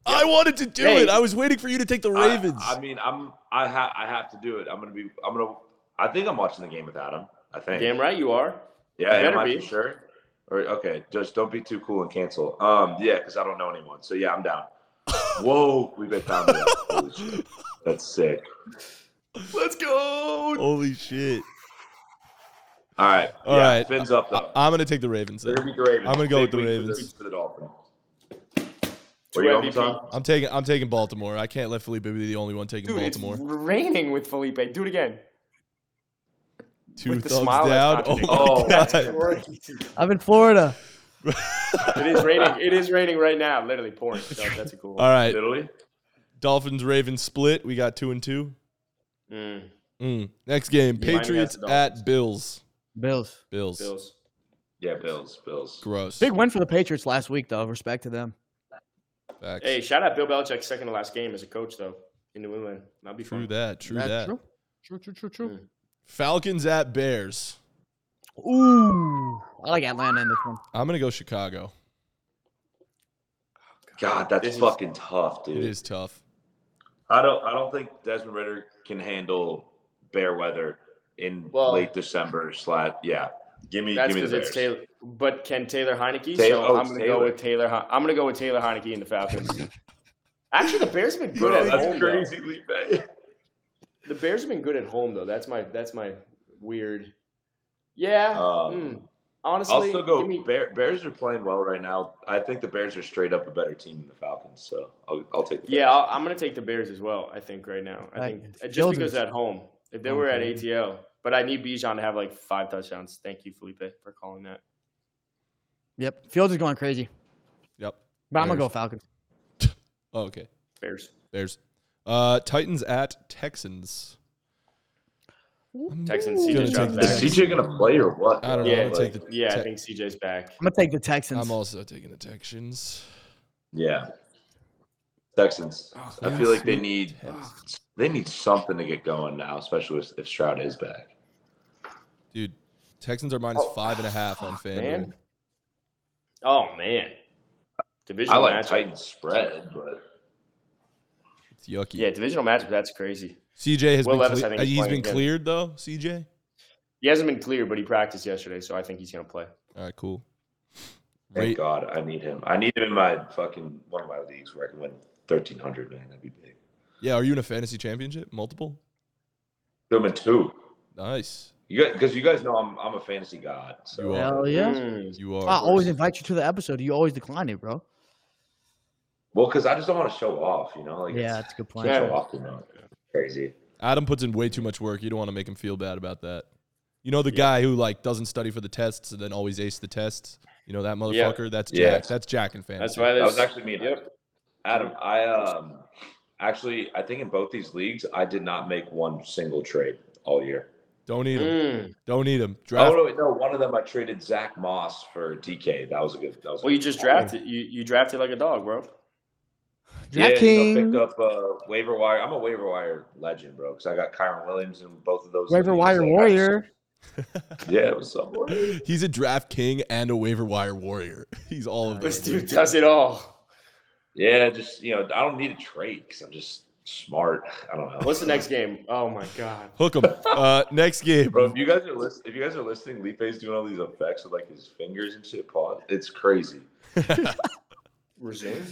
S1: I wanted to do
S2: Hey.
S1: it. I was waiting for you to take the
S4: I-
S1: Ravens.
S4: I, mean, I'm. I have. I have to do it. I'm gonna be. I'm gonna. I think I'm watching the game with Adam. I think.
S2: Damn right you are.
S4: Yeah,
S2: You
S4: am
S2: better
S4: I
S2: be.
S4: for sure? Or okay, just don't be too cool and cancel. Um, yeah, because I don't know anyone. So yeah, I'm down. Whoa, we bet down. there. Holy shit. That's sick.
S2: Let's go.
S1: Holy shit!
S4: All right.
S1: All
S4: yeah,
S1: right.
S4: Fins up though.
S1: I, am gonna take the Ravens.
S4: They're
S1: then.
S4: gonna be the Ravens.
S1: I'm gonna go with
S4: Big
S1: the
S4: week for
S1: Ravens.
S4: For the Dolphins.
S2: Two
S4: What are you
S2: MVP.
S4: on, Tom?
S1: I'm taking I'm taking Baltimore. I can't let Felipe be the only one taking
S2: Dude,
S1: Baltimore.
S2: it's raining with Felipe. Do it again.
S1: Two
S2: with the
S1: thumbs
S2: smile
S1: down.
S2: that's
S1: Oh, my
S4: contradicting. Oh,
S1: God.
S3: I'm in Florida.
S2: it is raining. It is raining right now. Literally pouring. So that's a cool
S1: All
S2: one.
S1: right,
S4: Italy.
S1: Dolphins Ravens split. We got two and two.
S2: Mm,
S1: Mm. Next game,
S2: Yeah, mine has
S1: Patriots
S2: the Dolphins.
S1: at Bills.
S3: Bills.
S1: Bills.
S2: Bills.
S4: Yeah, Bills. Bills.
S1: Gross.
S3: Big win for the Patriots last week, though. Respect to them.
S1: Facts.
S2: Hey, shout out Bill Belichick's second to last game as a coach though in New England. That'll be
S1: true
S2: fun.
S1: that. True
S3: That's
S1: that.
S3: True. True, true, true, true.
S1: Falcons at Bears.
S3: Ooh. I like Atlanta in this one.
S1: I'm gonna go Chicago.
S4: God, that's
S2: This is-
S4: fucking tough, dude.
S1: It is tough.
S4: I don't. I don't think Desmond Ritter can handle bear weather in
S2: Well-
S4: late December. Slat. Yeah. Give me.
S2: That's
S4: give me the
S2: because
S4: Bears.
S2: it's Taylor. But can Taylor Heineke? so
S4: Taylor- oh,
S2: I'm
S4: it's
S2: gonna go
S4: Taylor.
S2: with Taylor. Hei- I'm gonna go with Taylor Heineke and the Falcons. Actually, the Bears have been good
S4: Bro,
S2: at
S4: that's
S2: home.
S4: crazy, Lipe.
S2: Though. The Bears have been good at home though. That's my that's my weird. Yeah.
S4: Um,
S2: hmm. Honestly,
S4: I'll still go.
S2: give me-
S4: Bear, Bears are playing well right now. I think the Bears are straight up a better team than the Falcons, so I'll, I'll take. The
S2: yeah,
S4: Bears.
S2: I'll, I'm gonna take the Bears as well. I think right now. I think
S3: Thanks.
S2: just
S3: Bills
S2: because
S3: are-
S2: at home. If they were at ATL, but I need Bijan to have like five touchdowns. Thank you, Felipe, for calling that.
S3: Yep. Fields is going crazy.
S1: Yep.
S3: But I'm going to go
S1: Bears.
S3: Falcons.
S1: Oh, okay.
S2: Bears.
S1: Bears. Uh, Titans at Texans.
S2: Texans,
S1: Ooh.
S2: CJ
S1: Gonna
S2: dropped
S1: take the
S2: back.
S4: Is CJ gonna play or what?
S1: I don't know.
S2: Yeah,
S1: I'll take the
S2: Yeah, I
S1: Tex-
S2: think CJ's back.
S3: I'm going to take the Texans.
S1: I'm also taking the Texans.
S4: Yeah. Texans. I feel like they need
S1: Oh, Texans.
S4: they need something to get going now, especially if, if Stroud is back.
S1: Dude, Texans are minus
S2: Oh,
S1: five and a half on FanDuel.
S2: man. Oh man, divisional
S4: I like
S2: matchup.
S4: Titans spread, but
S1: It's yucky.
S2: Yeah, divisional matchup. That's crazy.
S1: CJ has
S2: Will
S1: been
S2: Levis,
S1: cle-
S2: I think,
S1: uh,
S2: is
S1: he's
S2: playing
S1: been
S2: again.
S1: cleared though. CJ.
S2: He hasn't been cleared, but he practiced yesterday, so I think he's gonna play.
S1: All right, cool.
S4: thank
S1: Ra-
S4: God I need him. I need him in my fucking one of my leagues where I can win thirteen hundred. Man, that'd be big.
S1: yeah, are you in a fantasy championship? Multiple.
S4: Them in two.
S1: Nice.
S4: You guys, because you guys know I'm I'm a fantasy god. So
S1: You are.
S3: Hell Oh, yeah.
S2: Mm.
S1: You are.
S3: I Ah, always invite you to the episode. You always decline it, bro.
S4: well, because I just don't want to show off. You know, like
S3: Yeah,
S4: it's,
S3: that's a good
S4: I
S3: point.
S4: can't
S2: Yeah.
S4: show off. You know, crazy.
S1: Adam puts in way too much work. You don't want to make him feel bad about that. You know the guy who like doesn't study for the tests and then always ace the tests. You know that motherfucker. That's Jack.
S4: Yeah.
S1: That's Jack in fantasy.
S2: That's why
S4: That
S2: this.
S4: was actually me. and
S2: Yep.
S4: Adam, I um actually I think in both these leagues I did not make one single trade all year.
S1: Don't need him.
S2: Mm.
S1: Don't need him.
S4: Oh
S1: Draft.
S4: no, wait, no, one of them I traded Zach Moss for DK. That was a good. That was a
S2: Well, you
S4: good-
S2: just drafted. You you drafted like a dog, bro.
S4: Yeah,
S3: Jack
S4: you know,
S3: King.
S4: picked up uh, waiver wire. I'm a waiver wire legend, bro, because I got Kyron Williams in both of those.
S3: Waiver
S4: leagues.
S3: wire
S4: Like, I
S3: warrior.
S4: just- yeah, it was somewhere.
S1: He's a draft king and a waiver wire warrior. He's all of
S2: This
S1: those.
S2: dude does it all.
S4: Yeah, just you know, I don't need a trade because I'm just smart. I don't know.
S2: What's the next game? Oh my god.
S1: Hook him. Uh, next game.
S4: Bro, if you guys are list- if you guys are listening, Lipe's doing all these effects with like his fingers and shit. Pause. It's crazy.
S2: Resume.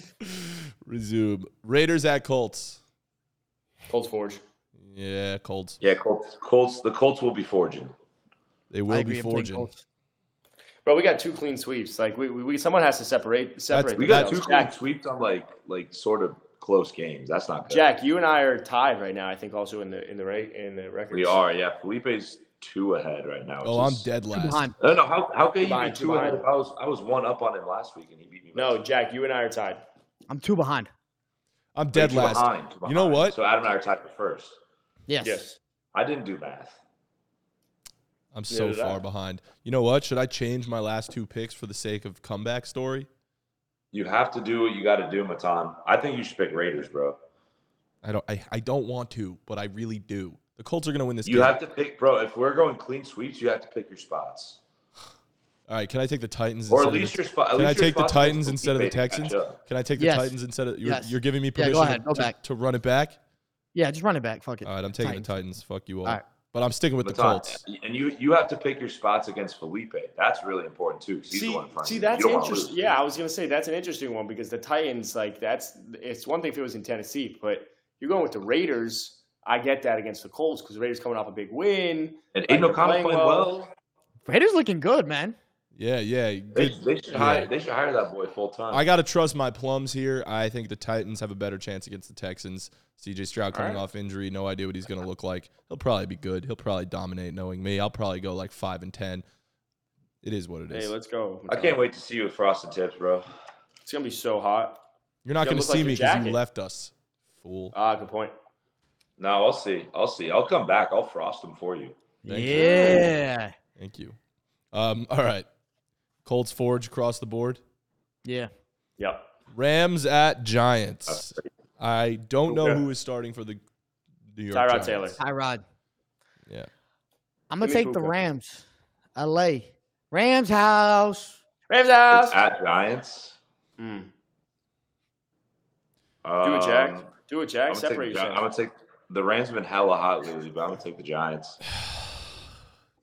S1: Resume. Raiders at Colts.
S2: Colts Forge.
S1: Yeah, Colts.
S4: Yeah, Colts. Colts. The Colts will be forging.
S1: They
S3: I
S1: will
S3: agree,
S1: be
S3: I'm taking
S1: forging.
S3: Colts.
S2: Bro, we got two clean sweeps. Like we, we, we someone has to separate separate.
S4: We got two
S2: themselves.
S4: clean
S2: Jack,
S4: sweeps on like like sort of close games. That's not good.
S2: Jack, you and I are tied right now. I think also in the in the right in the record.
S4: we are. Yeah, Felipe's two ahead right now. which
S1: Oh, I'm
S4: is-
S1: dead last.
S3: Behind.
S4: I don't know how how can you be
S2: Combined,
S4: two ahead?
S2: combined.
S4: I was I was one up on him last week and he beat me. by
S2: No,
S4: two.
S2: Jack, you and I are tied.
S3: I'm two behind.
S1: I'm dead
S4: Two
S1: last.
S4: behind, two
S1: You know
S4: behind.
S1: what?
S4: So Adam and I are tied for first.
S3: Yes.
S2: Yes.
S4: I didn't do math.
S1: I'm so
S2: did I.
S1: far behind. You know what? Should I change my last two picks for the sake of comeback story?
S4: You have to do what you got to do, Matan. I think you should pick Raiders, bro.
S1: I don't. I, I don't want to, but I really do. The Colts are going to win this
S4: You
S1: game.
S4: have to pick, bro. If we're going clean sweeps, you have to pick your spots,
S1: All right. Can I take the Titans? instead
S4: or at
S1: of the-
S4: least your spot. at
S1: Can I
S4: least your
S1: take the
S4: spots
S1: Titans
S4: against
S1: instead of the
S4: Patriots
S1: Texans?
S4: matchup.
S1: Can I take the
S3: Yes.
S1: Titans instead of you're,
S3: Yes.
S1: you're giving me
S3: Yeah,
S1: permission
S3: go ahead.
S1: to-
S3: Go
S1: to,
S3: back.
S1: to run it back?
S3: Yeah, just run it back. Fuck it.
S1: All right, I'm taking
S3: Titans.
S1: the Titans. Fuck you all.
S3: All right.
S1: But I'm sticking with the
S4: Matan,
S1: Colts.
S4: and you you have to pick your spots against Felipe. That's really important too. 'cause he's the
S2: See,
S4: one in front
S2: see,
S4: of you. You
S2: that's
S4: don't wanna lose.
S2: interesting. Yeah, I was gonna say that's an interesting one because the Titans, like, that's it's one thing if it was in Tennessee, but you're going with the Raiders. I get that against the Colts because the Raiders coming off a big win.
S4: And
S2: Like,
S4: Aiden
S2: they're
S4: O'Connell
S2: playing
S4: playing
S2: well.
S4: well.
S3: Raiders looking good, man.
S1: Yeah, yeah.
S4: They,
S1: good-
S4: they should
S1: yeah.
S4: hire. They should hire that boy full time.
S1: I got to trust my plums here. I think the Titans have a better chance against the Texans. CJ Stroud coming
S2: right.
S1: off injury, no idea what he's going to look like. He'll probably be good. He'll probably dominate knowing me. I'll probably go like 5 and 10. It is what it
S2: Hey,
S1: is.
S2: let's go.
S4: I can't wait to see you with Frosted Tips, bro.
S2: It's gonna be so hot.
S1: You're not
S2: Yo,
S1: going to
S2: look like
S1: see
S2: your
S1: me because you
S2: jacket.
S1: left us. Fool.
S2: Ah, good point.
S4: No, I'll see. I'll see. I'll come back. I'll frost them for you.
S1: Thank you.
S3: yeah.
S1: Thank you. Um, all right. Colts forge across the board.
S3: Yeah.
S2: Yep.
S1: Rams at Giants. I don't know
S2: Okay.
S1: who is starting for the New York
S2: Tyrod
S1: Giants.
S2: Taylor.
S3: Tyrod.
S1: Yeah.
S3: I'm gonna
S2: Give me
S3: take the
S2: Puka.
S3: Rams. LA. Rams house.
S2: Rams house.
S3: Uh,
S4: It's at Giants.
S2: Mm.
S4: Um,
S2: Do it, Jack. Do it,
S4: I'm
S2: Jack.
S4: gonna, take
S2: Separate
S4: the, Gi- I'm
S2: yourself.
S4: gonna take the Rams. Have been hella hot lately, but I'm gonna take the Giants.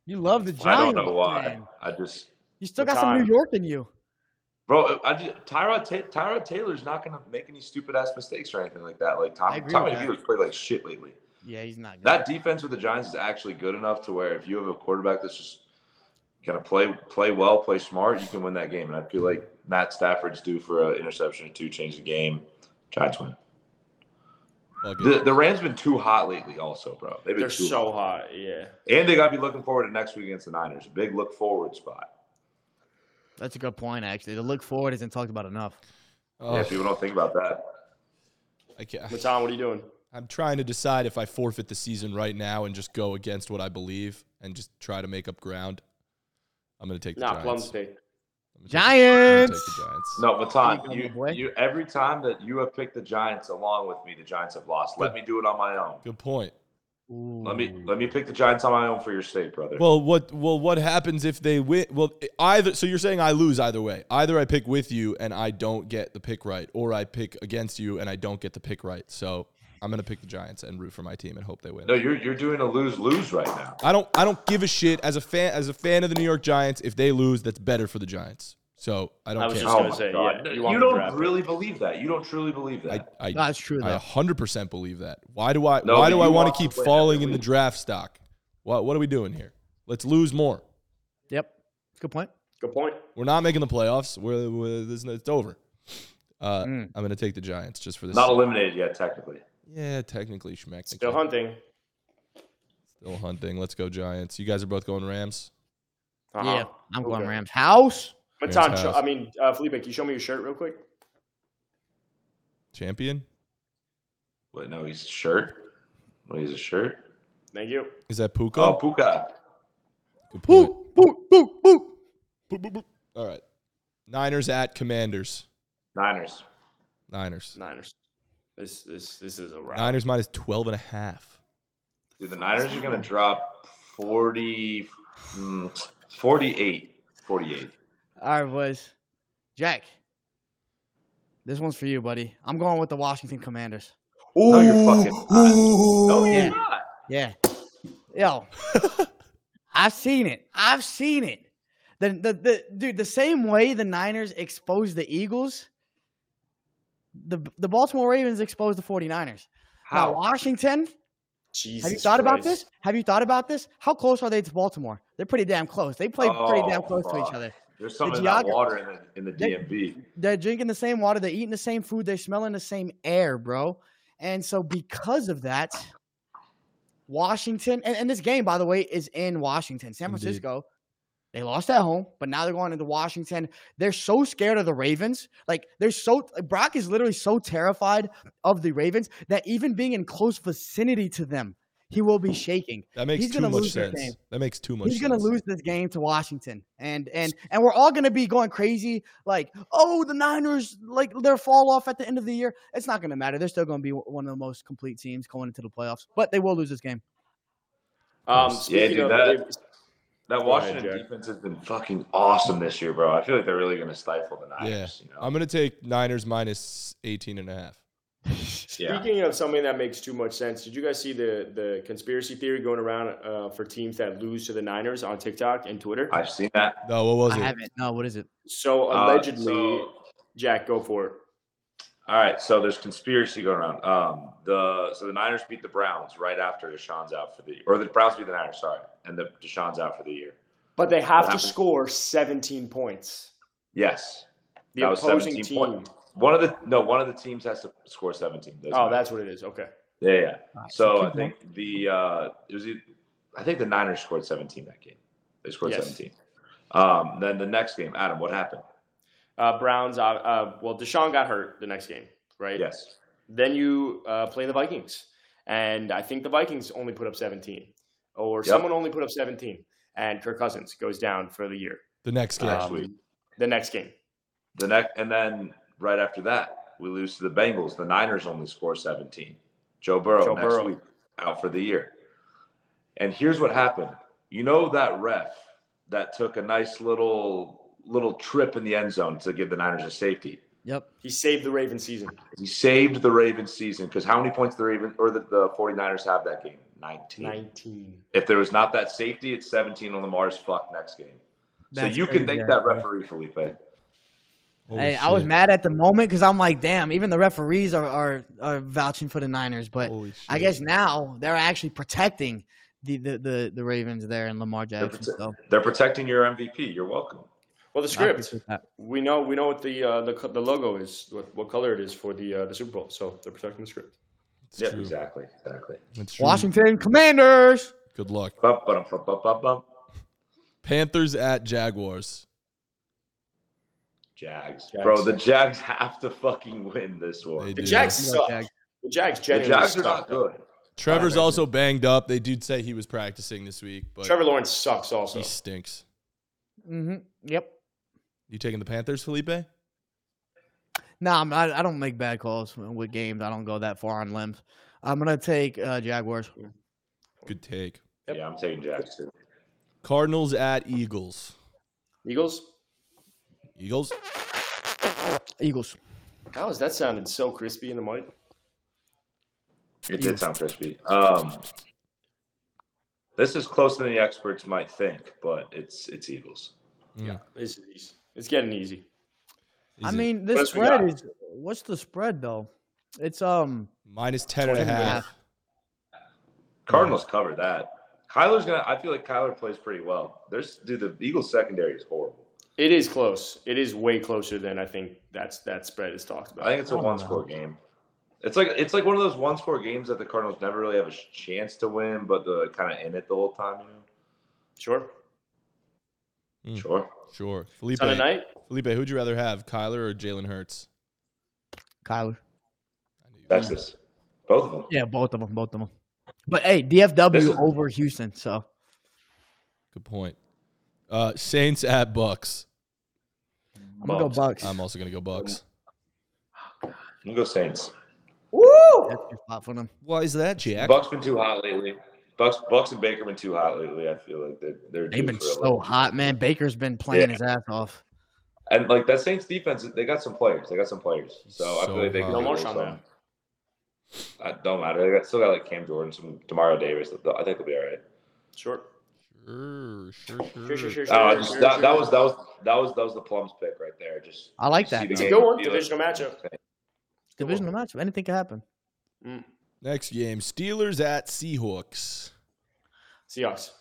S3: You love the Giants.
S4: I don't know why.
S3: man.
S4: I just,
S3: You still
S2: The
S3: got some New
S2: time.
S3: York in you.
S4: bro, I just Tyrod Ta- Tyrod Taylor's not gonna make any stupid ass mistakes or anything like that. Like
S3: I
S4: Tom,
S3: agree
S4: Tom
S3: with that.
S4: Hewitt's played like shit lately.
S3: Yeah, he's not good.
S4: That defense with the Giants is actually good enough to where if you have a quarterback that's just gonna play play well, play smart, you can win that game. And I feel like Matt Stafford's due for an interception or two, change the game. Giants win.
S1: Fuck it.
S4: The, the Rams been too hot lately, also, bro. They've been
S2: They're
S4: too
S2: so hot. Yeah.
S4: And they got to be looking forward to next week against the Niners. Big look forward spot.
S3: That's a good point, actually. The look forward isn't talked about enough.
S1: Oh,
S4: Yeah, people don't think about that.
S1: I can't.
S2: Matan, what are you doing?
S1: I'm trying to decide if I forfeit the season right now and just go against what I believe and just try to make up ground. I'm going to take the
S2: Nah,
S1: Giants.
S2: Plum's pick.
S1: I'm gonna take- I'm gonna
S3: Giants.
S1: take the Giants.
S4: No,
S3: There
S4: Matan,
S3: you go, my boy.
S4: you, you every time that you have picked the Giants along with me, the Giants have lost. Let me do it on my own.
S1: Good point.
S4: Let me let me pick the Giants on my own for your sake, brother.
S1: Well, what well what happens if they win? Well, either so you're saying I lose either way. Either I pick with you and I don't get the pick right, or I pick against you and I don't get the pick right. So I'm gonna pick the Giants and root for my team and hope they win.
S4: no, you're you're doing a lose lose right now.
S1: I don't I don't give a shit as a fan as a fan of the New York Giants. If they lose, that's better for the Giants. So I
S2: I
S1: don't
S2: was
S1: care.
S2: just
S4: Oh
S2: gonna
S4: my
S2: say,
S4: God.
S2: yeah, you
S4: you,
S2: want the draft.
S4: don't really believe that. You don't truly believe
S1: I,
S4: that.
S1: I,
S3: That's true
S1: I
S3: though.
S1: 100% believe that. Why do I
S4: No,
S1: why
S4: but
S1: do I
S4: you
S1: want
S4: lost
S1: to keep
S4: every
S1: falling in the
S4: week.
S1: draft stock? What what are we doing here? Let's lose more.
S3: Yep. That's a good point.
S2: Good point.
S1: We're not making the playoffs. We're, we're this, it's over. Uh,
S3: Mm.
S1: I'm gonna take the Giants just for this.
S4: Hmm. Not eliminated yet, technically.
S1: yeah, technically, schmeck.
S2: Still hunting.
S1: Still hunting. Let's go Giants. You guys are both going Rams.
S2: Uh-huh.
S3: Yeah. I'm going
S2: Okay.
S3: Rams house.
S2: Matan,
S1: Rams
S2: show,
S1: house.
S2: I mean, uh, Felipe, can you show me your shirt real quick?
S1: Champion.
S4: Wait, no, he's a shirt. What he's a shirt?
S2: Thank you.
S1: Is that Puka?
S4: Oh, Puka.
S1: Good point.
S3: Boo, boo, boo, boo.
S1: Boop, boop, boop. All right. Niners at Commanders.
S4: Niners.
S1: Niners.
S2: Niners. This this this is a wrap.
S3: Uh,
S1: Niners minus 12 and a half.
S4: Dude, the Niners are going to drop 40, mm, 48. 48.
S3: All right, boys. Jack. This one's for you, buddy. I'm going with the Washington Commanders.
S4: No, you're fucking not. No,
S3: Yeah.
S4: you're not.
S3: Yeah. Yo. I've seen it. I've seen it. The, the the dude, the same way the Niners exposed the Eagles, the the Baltimore Ravens exposed the 49ers. Now
S4: How?
S3: Washington,
S2: Jesus
S3: have you thought about
S2: Christ.
S3: this? Have you thought about this? How close are they to Baltimore? They're pretty damn close. They play pretty damn
S4: Oh,
S3: close to each
S4: fuck.
S3: other.
S4: There's some
S3: The
S4: in that
S3: geography-
S4: water in the, in the
S3: They-
S4: DMV.
S3: They're drinking the same water. They're eating the same food. They're smelling the same air, bro. And so, because of that, Washington, and, and this game, by the way, is in Washington. San
S1: Indeed.
S3: Francisco, they lost at home, but now they're going into Washington. They're so scared of the Ravens. Like, they're so, like, Brock is literally so terrified of the Ravens that even being in close vicinity to them, he will be shaking.
S1: That makes
S3: He's
S1: too
S3: gonna
S1: much
S3: lose this game.
S1: sense. That makes too much
S3: he's gonna
S1: sense.
S3: lose this game to Washington, and and and we're all gonna be going crazy, like, oh, the Niners, like their fall off at the end of the year. It's not gonna matter. They're still gonna be one of the most complete teams going into the playoffs, but they will lose this game.
S2: Um,
S1: Yeah,
S2: speaking
S4: dude,
S2: of,
S4: that- That
S2: Go ahead,
S4: Washington
S2: Jack.
S4: defense has been fucking awesome this year, bro. I feel like they're really going to stifle the Niners. You know?
S1: I'm going to take Niners minus 18 and a half.
S4: yeah.
S2: Speaking of something that makes too much sense, did you guys see the the conspiracy theory going around uh, for teams that lose to the Niners on TikTok and Twitter?
S4: I've seen that.
S1: No, what was
S3: I
S1: it?
S3: haven't. No, what is it?
S2: So
S4: Uh,
S2: allegedly,
S4: so-
S2: Jack, go for it.
S4: All right, so there's conspiracy going around. Um, the so the Niners beat the Browns right after Deshaun's out for the or the Browns beat the Niners, sorry, and the Deshaun's out for the year.
S2: But they have to
S4: happened?
S2: score 17 points.
S4: Yes,
S2: The
S4: That was
S2: opposing
S4: 17
S2: team.
S4: point- one of the no one of the teams has to score 17. doesn't
S2: Oh,
S4: it?
S2: that's what it is. Okay.
S4: yeah, yeah. So I
S3: keep going.
S4: think the uh, it was e- I think the Niners scored 17 that game. They scored
S2: Yes.
S4: 17. Um, then the next game, Adam, what happened?
S2: Uh, Browns. Uh, uh, well, Deshaun got hurt the next game, right?
S4: Yes,
S2: Then you uh, play the Vikings, and I think the Vikings only put up 17, or
S4: Yep.
S2: someone only put up 17, and Kirk Cousins goes down for the year.
S1: The next
S3: Uh,
S1: game.
S4: Next
S2: Um,
S4: week.
S2: The next game.
S4: the next and then right after that we lose to the Bengals. The Niners only score 17. Joe Burrow
S2: Joe
S4: next
S2: Burrow.
S4: week out for the year. And here's what happened. You know that ref that took a nice little little trip in the end zone to give the Niners a safety.
S3: Yep.
S2: He saved the Raven season.
S4: He saved the Ravens season because how many points the Ravens or the, the 49ers have that game? 19.
S2: 19.
S4: If there was not that safety, it's 17 on Lamar's fuck next game.
S3: That's
S4: so you
S3: crazy,
S4: can thank
S3: Jack,
S4: that
S3: bro.
S4: referee, Felipe.
S1: Holy
S3: Hey, I was
S1: shit.
S3: mad at the moment because I'm like, damn, even the referees are are, are vouching for the Niners, but
S1: Holy shit.
S3: I guess now they're actually protecting the the the, the Ravens there and Lamar Jackson.
S4: prote-
S3: So
S4: They're protecting your MVP. You're welcome.
S2: Well, the
S3: I
S2: script.
S3: appreciate that.
S2: We know we know what the uh, the co- the logo is, what, what color it is for the uh, the Super Bowl. So they're protecting the script.
S1: It's
S4: Yeah,
S1: true.
S4: exactly, exactly.
S1: It's true.
S3: Washington Commanders.
S1: Good luck.
S4: Bump, bump, bump, bump, bump, bump.
S1: Panthers at Jaguars.
S4: Jags.
S2: Jags.
S4: bro. The Jags have to fucking win this
S1: They
S4: one.
S2: The
S1: do.
S2: Jags
S3: You
S2: suck.
S3: got Jags.
S2: The Jags
S4: The
S2: genuinely
S4: Jags are
S2: suck.
S4: not good.
S1: Trevor's
S4: Alright,
S1: also banged up. They did say he was practicing this week, but
S2: Trevor Lawrence sucks also.
S1: he stinks.
S3: hmm Yep.
S1: You taking the Panthers, Felipe?
S3: No, I'm not, I don't make bad calls with games. I don't go that far on limbs. I'm gonna take uh, Jaguars.
S1: Good take.
S2: Yep.
S4: Yeah, I'm taking Jags too.
S1: Cardinals at Eagles.
S2: Eagles?
S1: Eagles.
S3: Eagles.
S2: How is that sounded so crispy in the mic?
S4: It did sound crispy. Um, this is closer than the experts might think, but it's it's Eagles.
S2: It's easy. It's getting easy.
S1: Is
S3: I
S1: it
S3: mean,
S2: What
S3: this
S2: else we got?
S3: spread is what's the spread though? It's um
S1: minus 10 and a
S2: 20 and a
S1: half.
S4: Cardinals cover that. Kyler's gonna. I feel like Kyler plays pretty well. There's dude. The Eagles secondary is horrible.
S2: It is close. It is way closer than I think that's that spread is talked about.
S4: I think it's a
S3: I don't
S4: one score game. It's like it's like one of those one score games that the Cardinals never really have a sh- chance to win, but they're kind of in it the whole time. You know.
S2: sure.
S3: Hmm.
S1: Mm.
S4: Sure.
S1: Sure. Felipe.
S2: Sunday night.
S1: Felipe, who'd you rather have, Kyler or Jalen Hurts?
S3: Kyler.
S1: I knew you-
S4: Texas. Both of them.
S3: Yeah, both of them, both of them. But hey, DFW
S4: This is-
S3: over Houston. So
S1: Good point. Uh, Saints at Bucks.
S3: I'm gonna go Bucks.
S1: I'm also gonna go Bucks.
S4: I'm gonna go Saints.
S3: That's your spot for them.
S1: Why is that, Jack?
S4: Bucks been too hot lately. Bucks Bucks and Baker been too hot lately. I feel like they're they're
S3: They've
S4: due
S3: been
S4: for a
S3: so
S4: little-
S3: hot, man. Baker's been playing
S4: Yeah.
S3: his ass off.
S4: And like that Saints defense, they got some players. They got some players. So, I
S1: So
S4: feel like they
S1: hot.
S4: can do a
S2: No
S4: little
S2: Marshawn now.
S4: something. Uh, don't matter. They got, still got like Cam Jordan, some Demario Davis. I think they'll be all right.
S2: Sure.
S1: Sure, sure,
S2: Sure, sure, sure, sure,
S4: Oh, I
S2: sure,
S4: just, that, that
S2: sure.
S4: was that was that was that was the plums pick right there. Just
S3: I like
S4: see
S3: that.
S4: the
S2: It's a
S4: game
S2: good
S4: and
S2: one.
S4: feel it.
S2: Divisional matchup.
S3: Divisional matchup. Anything could happen.
S1: Next game, Steelers at Seahawks.
S2: Seahawks.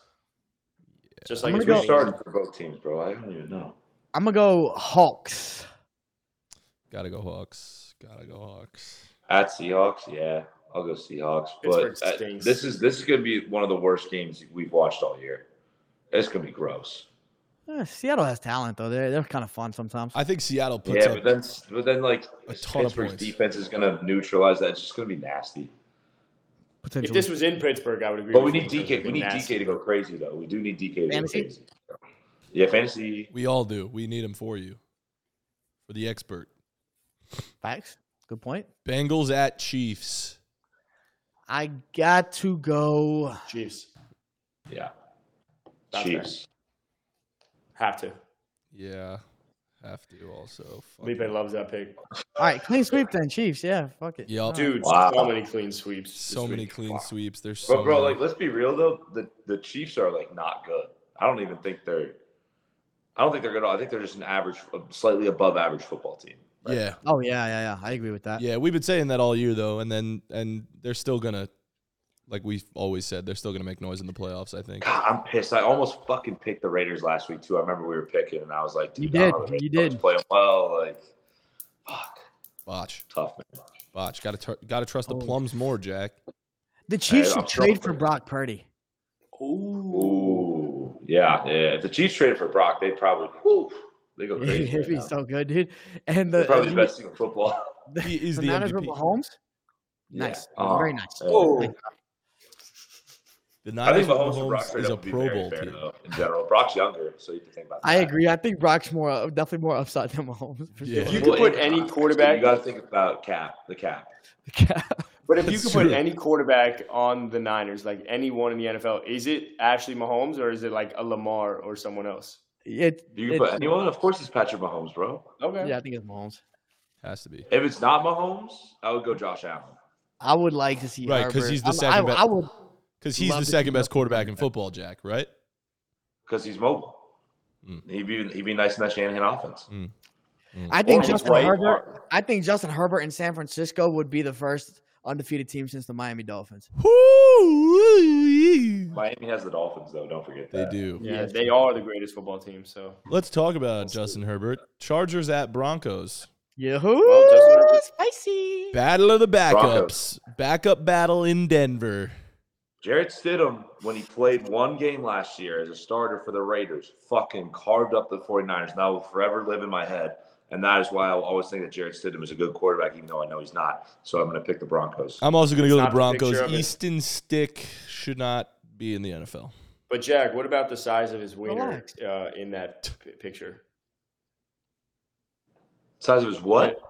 S2: Just
S3: I'm
S2: like
S3: gonna
S2: it's
S4: Who's
S3: go-
S2: starting.
S4: starting for both teams, bro? I don't even know.
S3: I'm gonna go Hawks.
S1: Gotta go Hawks. Gotta go Hawks.
S4: At Seahawks, yeah, I'll go Seahawks.
S2: Pittsburgh
S4: But uh,
S2: stinks.
S4: this is this is gonna be one of the worst games we've watched all year. It's gonna be gross.
S3: Eh, Seattle has talent though. They're they're kind of fun sometimes.
S1: I think Seattle puts
S4: Yeah,
S1: up.
S4: but then but then like
S1: A ton of
S4: Pittsburgh's
S1: points.
S4: defense is gonna neutralize that. It's just gonna be nasty.
S2: If
S3: Potentially.
S2: this was in Pittsburgh, I would agree.
S4: But we
S2: with you.
S4: need DK. We need
S2: Nasty.
S4: DK to go crazy though. We do need DK to
S3: Fantasy?
S4: go crazy. Yeah, fantasy.
S1: we all do. We need him for you, for the expert.
S3: Facts. Good point.
S1: Bengals at Chiefs.
S3: I got to go.
S2: Chiefs
S4: Yeah.
S2: That's
S4: Chiefs.
S2: have to.
S1: Yeah, have to also. Fuck.
S2: Felipe loves that pick,
S3: All right, clean sweep then, Chiefs. Yeah, fuck it.
S1: Yup.
S2: dude.
S4: Wow.
S2: So many clean sweeps. this
S1: So many
S2: week.
S1: clean sweeps. There's so.
S4: But bro,
S1: many.
S4: like let's be real though. The the Chiefs are like not good. I don't even think they're. I don't think they're good. at all. I think they're just an average, slightly above average football team. right
S1: yeah,
S3: Oh yeah, yeah, yeah. I agree with that.
S1: yeah. We've been saying that all year though, and then and they're still gonna, like we always said, they're still gonna make noise in the playoffs. I think.
S4: God, I'm pissed. I almost fucking picked the Raiders last week too. I remember we were picking, and I was like, "Dude,
S3: You
S4: I
S3: did.
S4: don't know, the
S3: You
S4: Raiders
S3: did.
S4: playing well." Like, fuck,
S1: Botch,
S4: tough man.
S1: botch. Got to got to trust the
S3: Oh.
S1: plums more, Jack.
S3: The Chiefs
S4: Hey,
S3: should
S4: I'm sure
S3: trade
S4: I'll
S3: for
S4: bring it.
S3: Brock Purdy.
S2: Ooh.
S4: Ooh, yeah, yeah. If the Chiefs traded for Brock, they probably, whew, they go crazy.
S3: It'd
S4: right
S3: be
S4: now.
S3: so good, dude. And the
S4: They're probably
S3: and
S4: the best team in football.
S1: He
S3: the
S1: is the
S3: Niners with
S1: MVP.
S3: Mahomes.
S4: Yeah.
S3: Nice.
S4: Oh,
S3: Very nice.
S4: yeah.
S2: Whoa.
S1: The
S4: I
S1: Niners
S4: think
S1: with
S4: Mahomes, and Brock
S1: Mahomes
S4: straight
S1: is a
S4: up would be
S1: Pro
S4: very
S1: Bowl
S4: fair,
S1: team.
S4: though, in general. Brock's younger, so you have to think about that.
S3: I agree. I think Brock's more definitely more upside than Mahomes. For
S1: Yeah.
S2: If
S3: sure.
S2: you could put any
S4: and-
S2: quarterback-
S4: you got to think about cap, the cap.
S2: But if you
S1: That's
S2: could put
S1: true.
S2: any quarterback on the Niners, like anyone in the NFL, is it Ashley Mahomes or is it like a Lamar or someone else?
S3: It,
S4: You can
S3: it-
S4: put anyone. Of course, it's Patrick Mahomes, bro.
S2: Okay.
S3: yeah, I think it's Mahomes.
S1: Has to be.
S4: If it's not Mahomes, I would go Josh Allen.
S3: I would like to see
S1: Right, 'cause
S3: Herbert.
S1: he's the
S3: I'm-
S1: second
S3: I,
S1: best-
S3: I would.
S1: Because he's
S3: Love
S1: the
S3: to
S1: second
S3: see
S1: best
S3: Russell
S1: quarterback in
S3: Wilson.
S1: football, Jack, right?
S4: because he's mobile.
S1: Mm.
S4: He'd be he'd be nice in that Shanahan offense.
S3: I think
S4: Or
S3: Justin
S4: White.
S3: Herbert. I think Justin Herbert in San Francisco would be the first undefeated team since the Miami Dolphins.
S4: Miami has the Dolphins though. Don't forget
S1: They
S4: that.
S1: do.
S2: Yeah, they are the greatest football team. So
S1: Let's talk about Justin Herbert. Chargers at Broncos.
S3: Yahoo!
S2: Justin Herbert-
S3: spicy.
S1: Battle of the backups.
S4: Broncos.
S1: Backup battle in Denver.
S4: Jarrett Stidham, when he played one game last year as a starter for the Raiders, fucking carved up the 49ers. And that will forever live in my head. And that is why I will always think that Jarrett Stidham is a good quarterback, even though I know he's not. So I'm going to pick the Broncos.
S1: I'm also going to go to the
S2: It's not a picture
S1: Broncos.
S2: of it.
S1: Easton Stick should not be in the NFL.
S2: But Jack, what about the size of his wiener
S3: Relax.
S2: uh, in that p- picture?
S4: Size of his what?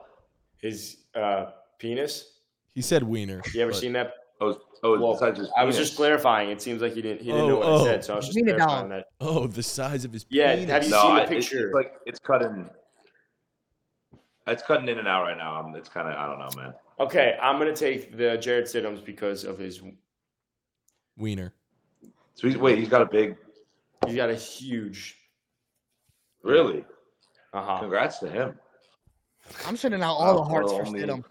S2: His uh, penis.
S1: He said wiener.
S2: You ever
S1: but-
S2: seen that?
S4: Oh, oh
S2: Well,
S4: size of his
S2: I was
S4: penis.
S2: just clarifying. It seems like he didn't. He didn't know
S1: Oh, oh.
S2: what I said, so I was just
S3: Lean it
S2: clarifying
S3: down.
S2: that.
S1: Oh, the size of his
S2: Yeah,
S1: penis.
S2: have you
S4: No,
S2: seen the
S4: I, it's,
S2: picture?
S4: it's like it's cutting. It's cutting in and out right now. I'm- It's kind of I don't know, man.
S2: Okay, I'm gonna take the Jared Stidham's because of his.
S1: wiener.
S4: So he's wait. He's got a big.
S2: He's got a huge.
S4: Really?
S2: Uh huh.
S4: Congrats to him.
S3: I'm sending out all the
S4: Wow,
S3: hearts for
S4: only-
S3: Stidham.